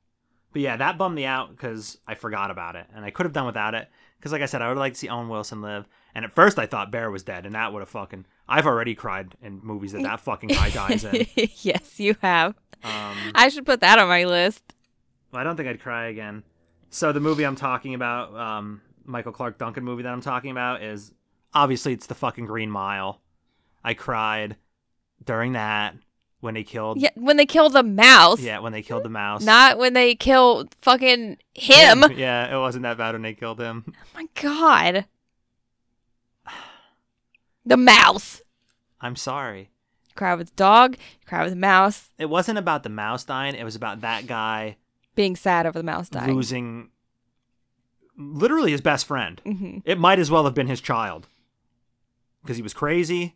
[SPEAKER 3] But yeah, that bummed me out cuz I forgot about it and I could have done without it cuz like I said I would like to see Owen Wilson live. And at first I thought Bear was dead and that would have fucking I've already cried in movies that that fucking guy dies in.
[SPEAKER 4] yes, you have.
[SPEAKER 3] Um
[SPEAKER 4] I should put that on my list.
[SPEAKER 3] Well, I don't think I'd cry again. So the movie I'm talking about, um, Michael Clark Duncan movie that I'm talking about is obviously it's the fucking Green Mile. I cried during that when they killed.
[SPEAKER 4] Yeah, when they kill the mouse,
[SPEAKER 3] Yeah, when they killed the mouse.
[SPEAKER 4] not when they kill fucking him. Oh
[SPEAKER 3] Yeah, it wasn't that bad when they killed him.
[SPEAKER 4] my god. The mouse.
[SPEAKER 3] I'm sorry.
[SPEAKER 4] Cry with dog, cry with mouse,
[SPEAKER 3] It wasn't about the mouse dying. It was about that guy
[SPEAKER 4] being sad over the mouse dying.
[SPEAKER 3] losing literally his best friend.
[SPEAKER 4] hmm
[SPEAKER 3] It might as well have been his child because he was crazy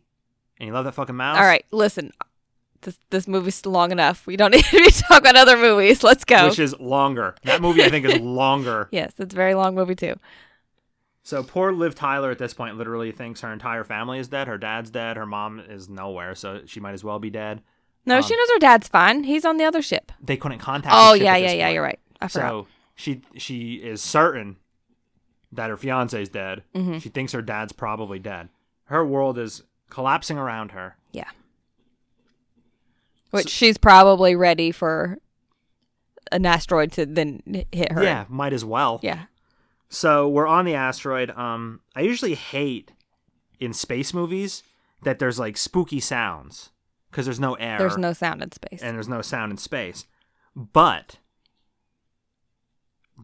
[SPEAKER 3] and he loved that fucking mouse.
[SPEAKER 4] All right, listen. This this movie's long enough. We don't need to talk about other movies. Let's go.
[SPEAKER 3] which is longer. That movie I think is longer.
[SPEAKER 4] yes, it's a very long movie too.
[SPEAKER 3] So poor Liv Tyler at this point literally thinks her entire family is dead. Her dad's dead. Her mom is nowhere, so she might as well be dead.
[SPEAKER 4] No, she knows her dad's fine. He's on the other ship.
[SPEAKER 3] They couldn't contact. the
[SPEAKER 4] Oh
[SPEAKER 3] Um, ship
[SPEAKER 4] yeah,
[SPEAKER 3] at this
[SPEAKER 4] yeah, yeah.
[SPEAKER 3] point.
[SPEAKER 4] You're right. I forgot.
[SPEAKER 3] So she she is certain that her fiance's dead.
[SPEAKER 4] Mm-hmm.
[SPEAKER 3] She thinks her dad's probably dead. Her world is collapsing around her.
[SPEAKER 4] Yeah. Which she's probably ready for an asteroid to then h- hit her.
[SPEAKER 3] Yeah, might as well.
[SPEAKER 4] Yeah.
[SPEAKER 3] So we're on the asteroid. Um, I usually hate in space movies that there's like spooky sounds because there's no air.
[SPEAKER 4] There's no sound in space.
[SPEAKER 3] and there's no sound in space. But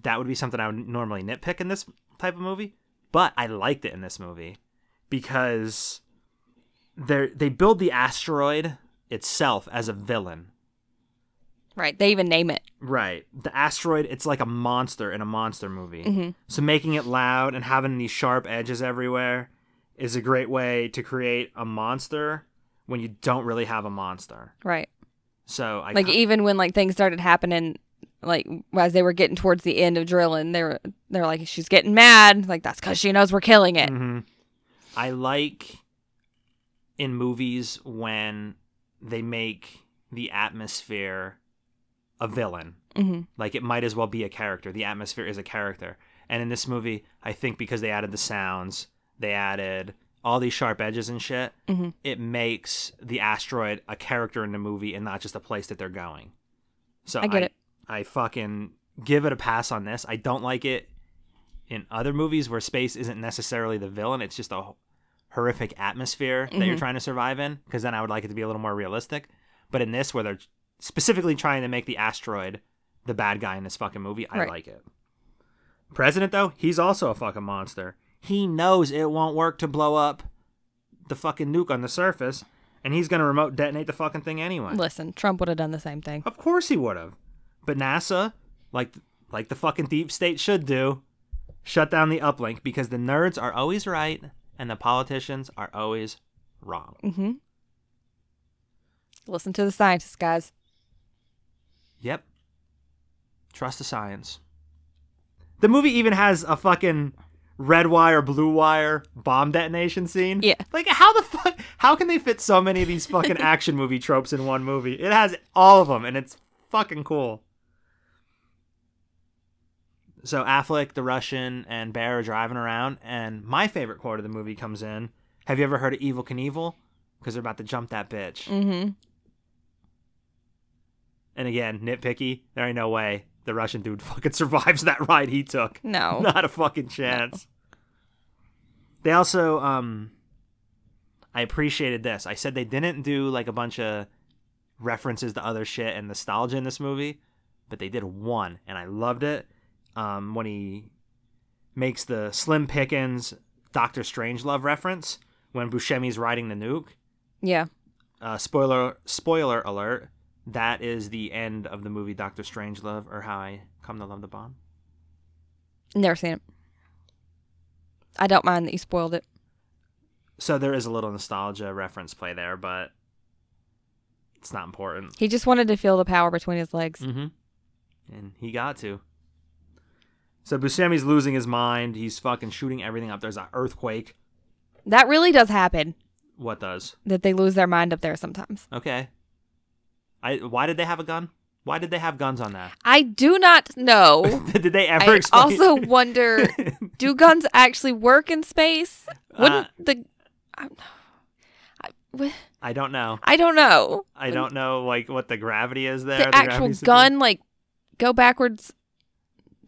[SPEAKER 3] that would be something I would normally nitpick in this type of movie. But I liked it in this movie because they they build the asteroid itself as a villain.
[SPEAKER 4] right. They even name it.
[SPEAKER 3] Right. The asteroid, it's like a monster in a monster movie. So making it loud and having these sharp edges everywhere is a great way to create a monster when you don't really have a monster.
[SPEAKER 4] Right.
[SPEAKER 3] So I
[SPEAKER 4] like
[SPEAKER 3] ki-
[SPEAKER 4] even when like things started happening like as they were getting towards the end of drilling, they were they're like she's getting mad. Like that's cuz she knows we're killing
[SPEAKER 3] Mm,
[SPEAKER 4] it.
[SPEAKER 3] Mm-hmm. I like in movies when they make the atmosphere a villain.
[SPEAKER 4] Mhm.
[SPEAKER 3] Like it might as well be a character. The atmosphere is a character. And in this movie, I think because they added the sounds, they added all these sharp edges and shit,
[SPEAKER 4] Mm-hmm.
[SPEAKER 3] it makes the asteroid a character in the movie and not just a place that they're going. So
[SPEAKER 4] I get it.
[SPEAKER 3] I fucking give it a pass on this. I don't like it in other movies where space isn't necessarily the villain, it's just a horrific atmosphere that you're trying to survive in, because then I would like it to be a little more realistic. But in this, where they're specifically trying to make the asteroid the bad guy in this fucking movie, I
[SPEAKER 4] Right.
[SPEAKER 3] like it. President, though, he's also a fucking monster. He knows it won't work to blow up the fucking nuke on the surface, and he's going to remote detonate the fucking thing anyway.
[SPEAKER 4] Listen, Trump would have done the same thing.
[SPEAKER 3] Of course he would have. But NASA, like like the fucking deep state should do, shut down the uplink because the nerds are always right and the politicians are always wrong.
[SPEAKER 4] Mm-hmm. Listen to the scientists, guys.
[SPEAKER 3] Yep. Trust the science. The movie even has a fucking red wire, blue wire bomb detonation scene.
[SPEAKER 4] Yeah.
[SPEAKER 3] Like how the fuck how can they fit so many of these fucking action movie tropes in one movie? It has all of them and it's fucking cool. So Affleck, the Russian, and Bear are driving around, and my favorite quote of the movie comes in. Have you ever heard of Evil Knievel? Because they're about to jump that bitch.
[SPEAKER 4] Mm-hmm.
[SPEAKER 3] And again, nitpicky. There ain't no way the Russian dude fucking survives that ride he took.
[SPEAKER 4] No.
[SPEAKER 3] Not a fucking chance. They also, um, I appreciated this. I said they didn't do like a bunch of references to other shit and nostalgia in this movie, but they did one, and I loved it. Um, when he makes the Slim Pickens Doctor Strangelove reference when Buscemi's riding the nuke
[SPEAKER 4] Yeah.
[SPEAKER 3] uh, spoiler spoiler alert that is the end of the movie doctor strangelove or how i come to love the bomb
[SPEAKER 4] Never seen it. I don't mind that you spoiled it.
[SPEAKER 3] so there is a little nostalgia reference play there but it's not important
[SPEAKER 4] He just wanted to feel the power between his legs.
[SPEAKER 3] mm-hmm. and he got to so Buscemi's losing his mind he's fucking shooting everything up there's an earthquake
[SPEAKER 4] That really does happen
[SPEAKER 3] what does
[SPEAKER 4] that they lose their mind up there sometimes.
[SPEAKER 3] okay i why did they have a gun why did they have guns on that
[SPEAKER 4] I do not know.
[SPEAKER 3] did they ever
[SPEAKER 4] I
[SPEAKER 3] explain
[SPEAKER 4] also wonder do guns actually work in space? Wouldn't
[SPEAKER 3] Uh,
[SPEAKER 4] the. I, I- w-
[SPEAKER 3] i don't know
[SPEAKER 4] I don't know.
[SPEAKER 3] I don't know like what the gravity is there.
[SPEAKER 4] The actual
[SPEAKER 3] gravity's-
[SPEAKER 4] gun, like, go backwards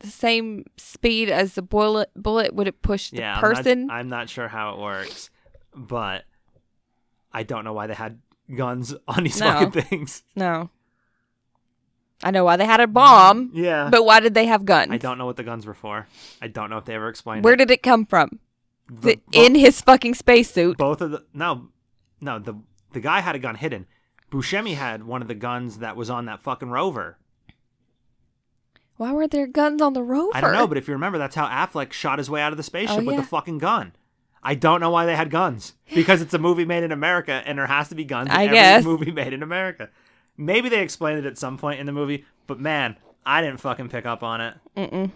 [SPEAKER 4] the same speed as the bullet, bullet would it push the
[SPEAKER 3] Yeah, I'm not-
[SPEAKER 4] person?
[SPEAKER 3] I'm not, sure how it works, but I don't know why they had guns on these
[SPEAKER 4] No.
[SPEAKER 3] fucking things.
[SPEAKER 4] no. I know why they had a bomb,
[SPEAKER 3] Yeah,
[SPEAKER 4] but why did they have guns?
[SPEAKER 3] I don't know what the guns were for. I don't know if they ever explained.
[SPEAKER 4] Where
[SPEAKER 3] it.
[SPEAKER 4] did it come from?
[SPEAKER 3] The-
[SPEAKER 4] The, in his fucking spacesuit.
[SPEAKER 3] both of the no, no the the guy had a gun hidden. Buscemi had one of the guns that was on that fucking rover.
[SPEAKER 4] Why weren't there guns on the rover?
[SPEAKER 3] I don't know, but if you remember, that's how Affleck shot his way out of the spaceship
[SPEAKER 4] Oh,
[SPEAKER 3] with the
[SPEAKER 4] yeah.
[SPEAKER 3] fucking gun. I don't know why they had guns because it's a movie made in America and there has to be guns in
[SPEAKER 4] I
[SPEAKER 3] every
[SPEAKER 4] guess.
[SPEAKER 3] movie made in America. Maybe they explained it at some point in the movie, but man, I didn't fucking pick up on it.
[SPEAKER 4] Mm-mm.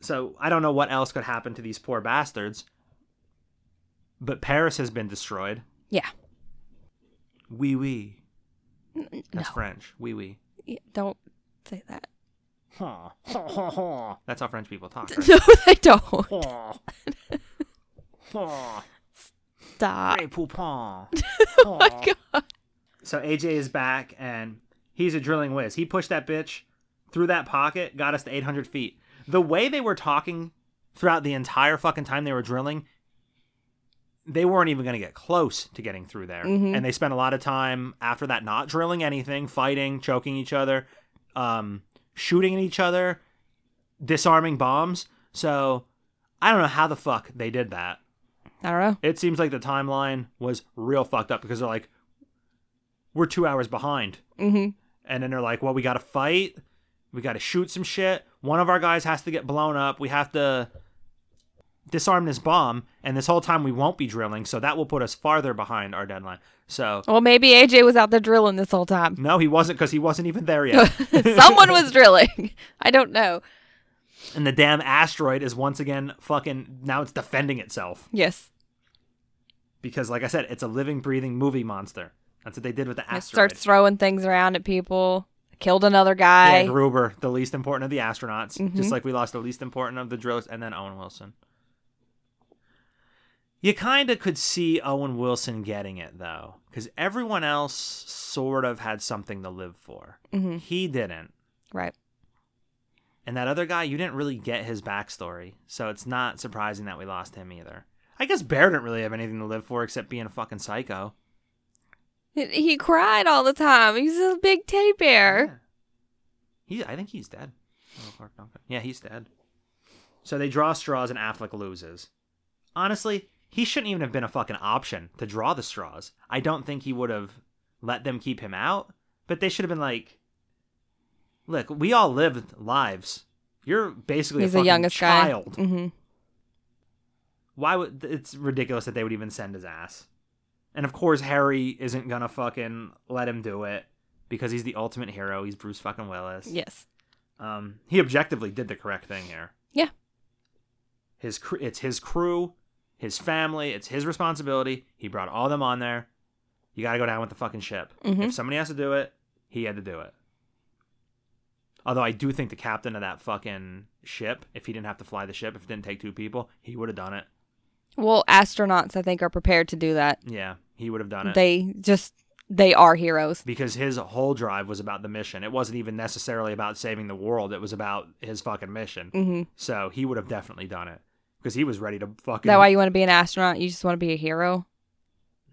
[SPEAKER 3] So I don't know what else could happen to these poor bastards. But Paris has been destroyed.
[SPEAKER 4] Yeah.
[SPEAKER 3] Oui, oui.
[SPEAKER 4] No.
[SPEAKER 3] That's French. Oui, oui.
[SPEAKER 4] Yeah, Don't say that.
[SPEAKER 3] Huh. That's how French people talk.
[SPEAKER 4] No, they don't.
[SPEAKER 3] Right? Huh.
[SPEAKER 4] Stop.
[SPEAKER 3] Grey Poupon. So AJ is back and he's a drilling whiz. He pushed that bitch through that pocket, got us to 800 feet. The way they were talking throughout the entire fucking time they were drilling, they weren't even going to get close to getting through there.
[SPEAKER 4] Mhm.
[SPEAKER 3] And they spent a lot of time after that not drilling anything, fighting, choking each other, um, shooting at each other, disarming bombs. So I don't know how the fuck they did that
[SPEAKER 4] I don't know.
[SPEAKER 3] it seems like the timeline was real fucked up because they're like, we're two hours behind.
[SPEAKER 4] Mm-hmm.
[SPEAKER 3] And then they're like, well, we got to fight. We got to shoot some shit. One of our guys has to get blown up. We have to disarm this bomb. And this whole time we won't be drilling. So that will put us farther behind our deadline. So,
[SPEAKER 4] Well, maybe AJ was out there drilling this whole time.
[SPEAKER 3] no, he wasn't because he wasn't even there yet.
[SPEAKER 4] Someone was drilling. I don't know.
[SPEAKER 3] and the damn asteroid is once again fucking, now it's defending itself.
[SPEAKER 4] Yes.
[SPEAKER 3] Because, like I said, it's a living, breathing movie monster. That's what they did with the
[SPEAKER 4] It
[SPEAKER 3] asteroid.
[SPEAKER 4] starts throwing things around at people. Killed another guy.
[SPEAKER 3] Yeah, Gruber, the least important of the astronauts,
[SPEAKER 4] Mhm.
[SPEAKER 3] just like we lost the least important of the drillers, and then Owen Wilson. You kind of could see Owen Wilson getting it though, because everyone else sort of had something to live for.
[SPEAKER 4] Mhm.
[SPEAKER 3] He didn't,
[SPEAKER 4] Right.
[SPEAKER 3] and that other guy, you didn't really get his backstory, so it's not surprising that we lost him either. I guess Bear didn't really have anything to live for except being a fucking psycho.
[SPEAKER 4] He- He cried all the time. He's a big teddy bear.
[SPEAKER 3] Yeah. He, I think he's dead. Oh, Clark Duncan. Yeah, he's dead. So they draw straws and Affleck loses. Honestly, he shouldn't even have been a fucking option to draw the straws. I don't think he would have let them keep him out, but they should have been like, look, we all lived lives. You're basically a
[SPEAKER 4] He's the
[SPEAKER 3] fucking
[SPEAKER 4] youngest
[SPEAKER 3] child.
[SPEAKER 4] guy. Mm-hmm.
[SPEAKER 3] Why would it's ridiculous that they would even send his ass. And of course Harry isn't gonna fucking let him do it because he's the ultimate hero. He's Bruce fucking Willis.
[SPEAKER 4] Yes.
[SPEAKER 3] Um, he objectively did the correct thing here.
[SPEAKER 4] Yeah.
[SPEAKER 3] His cr- it's his crew, his family, it's his responsibility. He brought all them on there. You got to go down with the fucking ship. If somebody has to do it, he had to do it. Although I do think the captain of that fucking ship, if he didn't have to fly the ship, if it didn't take two people, he would have done it.
[SPEAKER 4] Well, astronauts I think are prepared to do that.
[SPEAKER 3] Yeah, he would have done it.
[SPEAKER 4] They just they are heroes.
[SPEAKER 3] because his whole drive was about the mission. It wasn't even necessarily about saving the world. It was about his fucking mission.
[SPEAKER 4] Mhm.
[SPEAKER 3] So he would have definitely done it because he was ready to fucking.
[SPEAKER 4] Is that why you want to be an astronaut? You just want to be a hero?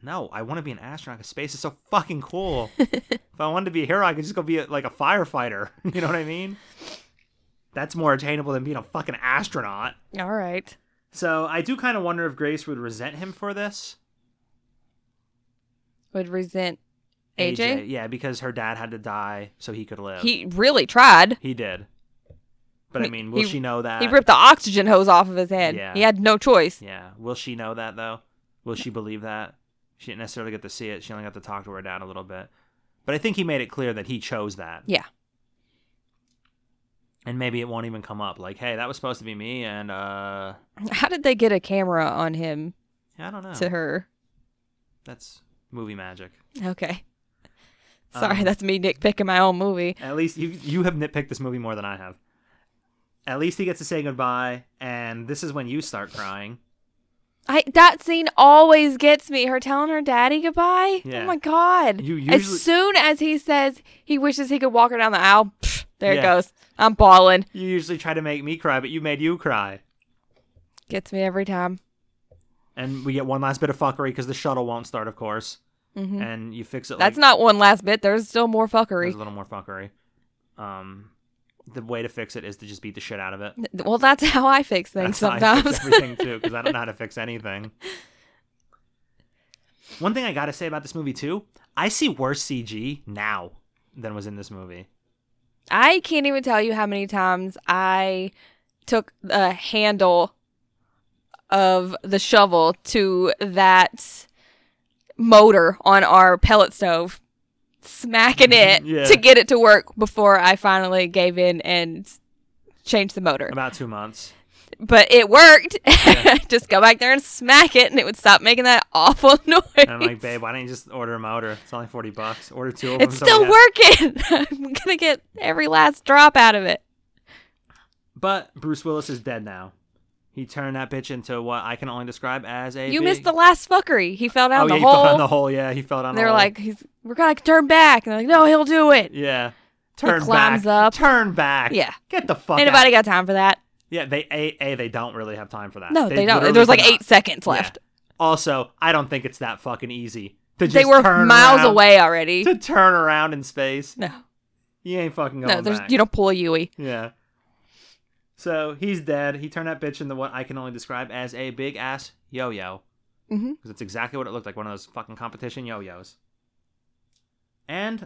[SPEAKER 3] no, I want to be an astronaut. 'cause space is so fucking cool. if I wanted to be a hero, I could just go be a, like a firefighter. you know what I mean? That's more attainable than being a fucking astronaut.
[SPEAKER 4] All right.
[SPEAKER 3] So I do kind of wonder if Grace would resent him for this.
[SPEAKER 4] Would resent AJ?
[SPEAKER 3] yeah, because her dad had to die so he could live.
[SPEAKER 4] He really tried.
[SPEAKER 3] he did. But I
[SPEAKER 4] He-
[SPEAKER 3] mean, will
[SPEAKER 4] he-
[SPEAKER 3] she know that?
[SPEAKER 4] He ripped the oxygen hose off of his head.
[SPEAKER 3] Yeah.
[SPEAKER 4] He had no choice.
[SPEAKER 3] Yeah. Will she know that though? Will she believe that? She didn't necessarily get to see it. She only got to talk to her dad a little bit. But I think he made it clear that he chose that.
[SPEAKER 4] Yeah.
[SPEAKER 3] And maybe it won't even come up. Like, hey, that was supposed to be me and uh
[SPEAKER 4] How did they get a camera on him
[SPEAKER 3] I don't know.
[SPEAKER 4] to her?
[SPEAKER 3] That's movie magic.
[SPEAKER 4] Okay. Sorry,
[SPEAKER 3] Um,
[SPEAKER 4] that's me nitpicking my own movie.
[SPEAKER 3] At least you you have nitpicked this movie more than I have. At least he gets to say goodbye, and this is when you start crying.
[SPEAKER 4] I that scene always gets me. Her telling her daddy goodbye.
[SPEAKER 3] Yeah.
[SPEAKER 4] Oh my god!
[SPEAKER 3] You usually-
[SPEAKER 4] as soon as he says he wishes he could walk her down the aisle, pfft, there
[SPEAKER 3] Yeah.
[SPEAKER 4] it goes. I'm balling.
[SPEAKER 3] You usually try to make me cry, but you made you cry.
[SPEAKER 4] Gets me every time.
[SPEAKER 3] And we get one last bit of fuckery because the shuttle won't start, of course. And you fix it.
[SPEAKER 4] Mm-hmm. That's
[SPEAKER 3] like,
[SPEAKER 4] not one last bit. There's still more
[SPEAKER 3] There's
[SPEAKER 4] fuckery.
[SPEAKER 3] a little more fuckery. Um, the way to fix it is to just beat the shit out of it.
[SPEAKER 4] Well, that's how I fix
[SPEAKER 3] That's
[SPEAKER 4] things
[SPEAKER 3] how I
[SPEAKER 4] sometimes.
[SPEAKER 3] fix everything too, because I don't know how to fix anything. One thing I gotta say about this movie too, I see worse CG now than was in this movie.
[SPEAKER 4] I can't even tell you how many times I took the handle of the shovel to that motor on our pellet stove, smacking it
[SPEAKER 3] Yeah.
[SPEAKER 4] to get it to work before I finally gave in and changed the motor.
[SPEAKER 3] About two months.
[SPEAKER 4] But it worked. Just go back there and smack it, and it would stop making that awful noise.
[SPEAKER 3] And I'm like, babe, why don't you just order a motor? It's only forty bucks. Order two of them.
[SPEAKER 4] it's
[SPEAKER 3] so we
[SPEAKER 4] still
[SPEAKER 3] have-"
[SPEAKER 4] working. I'm gonna get every last drop out of it.
[SPEAKER 3] But Bruce Willis is dead now. He turned that bitch into what I can only describe as a.
[SPEAKER 4] You
[SPEAKER 3] big-
[SPEAKER 4] missed the last fuckery. He fell down
[SPEAKER 3] Oh
[SPEAKER 4] the
[SPEAKER 3] yeah, he
[SPEAKER 4] hole.
[SPEAKER 3] fell down the hole. Yeah, he fell down. the
[SPEAKER 4] They're
[SPEAKER 3] hole.
[SPEAKER 4] like, he's, we're gonna turn back, and they're like, no, he'll do it.
[SPEAKER 3] Yeah. Turn
[SPEAKER 4] climbs
[SPEAKER 3] back.
[SPEAKER 4] up.
[SPEAKER 3] Turn back.
[SPEAKER 4] Yeah.
[SPEAKER 3] Get the fuck out.
[SPEAKER 4] Anybody got time for that?
[SPEAKER 3] Yeah, they a a they don't really have time for that.
[SPEAKER 4] No, they, don't.
[SPEAKER 3] literally
[SPEAKER 4] There's like
[SPEAKER 3] cannot.
[SPEAKER 4] eight seconds
[SPEAKER 3] Yeah.
[SPEAKER 4] left.
[SPEAKER 3] Also, I don't think it's that fucking easy to just
[SPEAKER 4] They were
[SPEAKER 3] turn
[SPEAKER 4] miles
[SPEAKER 3] around-
[SPEAKER 4] away already.
[SPEAKER 3] to turn around in space.
[SPEAKER 4] No,
[SPEAKER 3] You ain't fucking going
[SPEAKER 4] no, there's
[SPEAKER 3] back.
[SPEAKER 4] you don't pull a Yui.
[SPEAKER 3] Yeah. So he's dead. He turned that bitch into what I can only describe as a big ass yo yo.
[SPEAKER 4] Mhm.
[SPEAKER 3] Because it's exactly what it looked like one of those fucking competition yo yo's. And,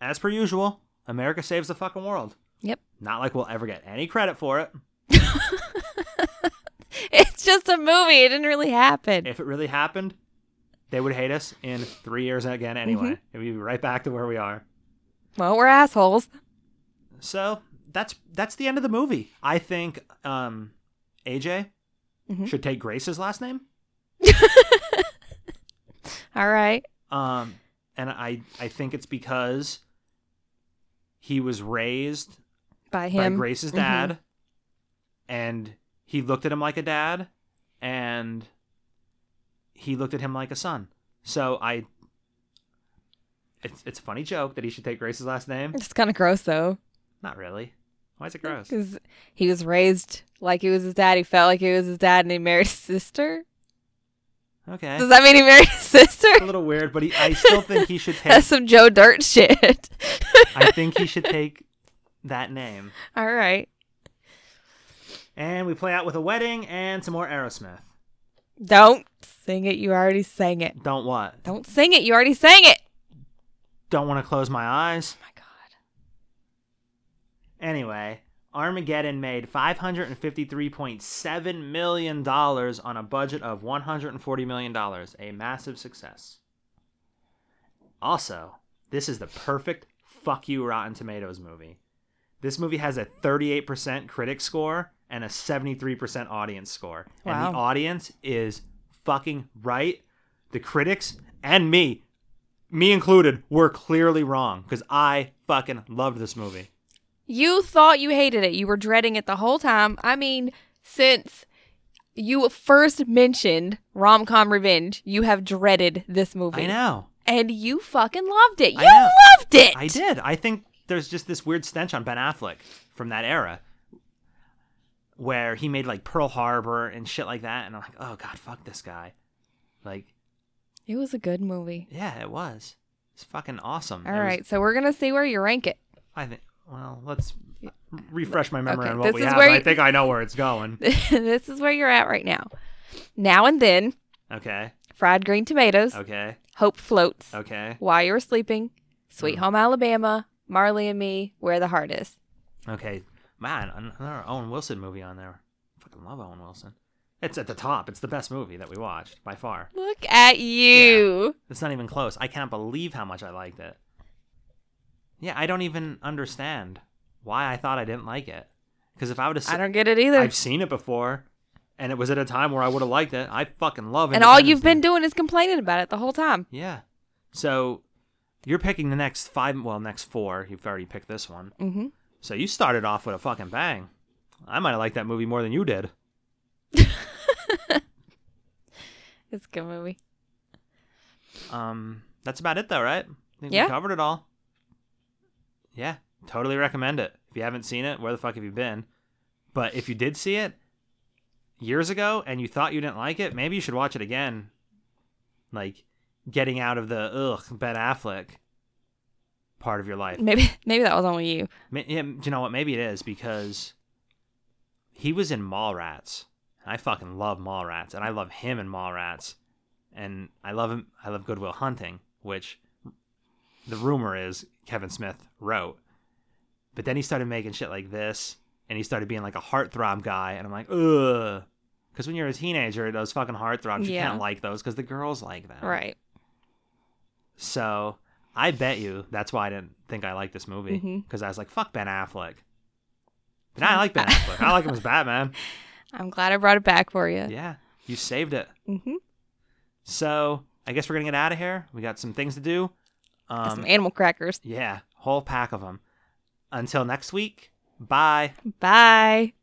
[SPEAKER 3] as per usual, America saves the fucking world.
[SPEAKER 4] Yep.
[SPEAKER 3] Not like we'll ever get any credit for it.
[SPEAKER 4] It's just a movie. It didn't really happen.
[SPEAKER 3] If it really happened, they would hate us in three years again anyway.
[SPEAKER 4] Mm-hmm.
[SPEAKER 3] And we'd be right back to where we are.
[SPEAKER 4] well, we're assholes.
[SPEAKER 3] So that's that's the end of the movie. I think um, AJ
[SPEAKER 4] Mhm.
[SPEAKER 3] should take Grace's last name.
[SPEAKER 4] All right.
[SPEAKER 3] Um, and I I think it's because he was raised
[SPEAKER 4] By
[SPEAKER 3] by
[SPEAKER 4] him.
[SPEAKER 3] Grace's
[SPEAKER 4] Mhm.
[SPEAKER 3] dad, and he looked at him like a dad, and he looked at him like a son. So I, it's it's a funny joke that he should take Grace's last name.
[SPEAKER 4] It's kind of gross though,
[SPEAKER 3] Not really. Why is it gross?
[SPEAKER 4] because he was raised like he was his dad. He felt like he was his dad, and he married his sister.
[SPEAKER 3] Okay,
[SPEAKER 4] Does that mean he married his sister?
[SPEAKER 3] a little weird, but he, I still think he should take.
[SPEAKER 4] That's some Joe Dirt shit.
[SPEAKER 3] I think he should take that name.
[SPEAKER 4] All right.
[SPEAKER 3] And we play out with a wedding and some more Aerosmith.
[SPEAKER 4] Don't sing it. You already sang it.
[SPEAKER 3] Don't what?
[SPEAKER 4] Don't sing it. You already sang it.
[SPEAKER 3] Don't want to close my eyes.
[SPEAKER 4] Oh my God.
[SPEAKER 3] Anyway, Armageddon made $553.7 million on a budget of $140 million, a massive success. Also, this is the perfect fuck you Rotten Tomatoes movie. This movie has a 38% critic score and a 73% audience score. And the
[SPEAKER 4] Wow.
[SPEAKER 3] audience is fucking right. The critics and me, me included, were clearly wrong because I fucking loved this movie.
[SPEAKER 4] You thought you hated it. You were dreading it the whole time. I mean, since you first mentioned Rom Com Revenge, you have dreaded this movie.
[SPEAKER 3] I know.
[SPEAKER 4] And you fucking loved it. You
[SPEAKER 3] I know.
[SPEAKER 4] loved it.
[SPEAKER 3] I did. I think there's just this weird stench on Ben Affleck from that era where he made like Pearl Harbor and shit like that. And I'm like, oh God, fuck this guy. Like,
[SPEAKER 4] It was a good movie.
[SPEAKER 3] yeah, it was. It's fucking awesome.
[SPEAKER 4] All
[SPEAKER 3] It was-
[SPEAKER 4] right, so we're gonna see where you rank it.
[SPEAKER 3] I think, well, let's refresh my memory
[SPEAKER 4] Okay,
[SPEAKER 3] on what
[SPEAKER 4] this
[SPEAKER 3] we
[SPEAKER 4] is
[SPEAKER 3] have.
[SPEAKER 4] where
[SPEAKER 3] I
[SPEAKER 4] you-
[SPEAKER 3] think I know where it's going.
[SPEAKER 4] this is where you're at right now. Now and then,
[SPEAKER 3] Okay.
[SPEAKER 4] fried green tomatoes,
[SPEAKER 3] Okay.
[SPEAKER 4] hope floats,
[SPEAKER 3] Okay. Mm.
[SPEAKER 4] while you were sleeping, sweet home Alabama, Marley and me, where the heart is.
[SPEAKER 3] Okay. Man, another Owen Wilson movie on there. fucking love Owen Wilson. It's at the top. It's the best movie that we watched by far.
[SPEAKER 4] Look at you.
[SPEAKER 3] It's not even close. I can't believe how much I liked it. Yeah, I don't even understand why I thought I didn't like it. Because if I would have,
[SPEAKER 4] I don't get it either.
[SPEAKER 3] I've seen it before, and it was at a time where I would have liked it. I fucking love it.
[SPEAKER 4] and all you've been doing is complaining about it the whole time.
[SPEAKER 3] Yeah. So you're picking the next five. Well, next four. You've already picked this one.
[SPEAKER 4] Mm-hmm.
[SPEAKER 3] So you started off with a fucking bang. I might have liked that movie more than you did.
[SPEAKER 4] It's a good movie.
[SPEAKER 3] Um, that's about it though, right? I think
[SPEAKER 4] Yeah.
[SPEAKER 3] we covered it all. Yeah, totally recommend it. If you haven't seen it, where the fuck have you been? But if you did see it years ago and you thought you didn't like it, maybe you should watch it again. Like getting out of the ugh Ben Affleck part of your life.
[SPEAKER 4] Maybe maybe that was only you.
[SPEAKER 3] Ma- Yeah, do you know what? Maybe it is because he was in Mallrats. And I fucking love Mallrats, and I love him in Mallrats, and I love him. I love Goodwill Hunting, which the rumor is Kevin Smith wrote. But then he started making shit like this, and he started being like a heartthrob guy, and I'm like, ugh. Because when you're a teenager, those fucking heartthrobs, you
[SPEAKER 4] Yeah.
[SPEAKER 3] can't like those because the girls like them.
[SPEAKER 4] Right.
[SPEAKER 3] So I bet you that's why I didn't think I liked this movie
[SPEAKER 4] Mhm.
[SPEAKER 3] because I was like, "Fuck Ben Affleck." But now I like Ben Affleck. I like him as Batman.
[SPEAKER 4] I'm glad I brought it back for you.
[SPEAKER 3] Yeah, you saved it.
[SPEAKER 4] Mm-hmm.
[SPEAKER 3] So I guess we're gonna get out of here. We got some things to do. Um,
[SPEAKER 4] Some animal crackers.
[SPEAKER 3] yeah, whole pack of them. Until next week. Bye.
[SPEAKER 4] Bye.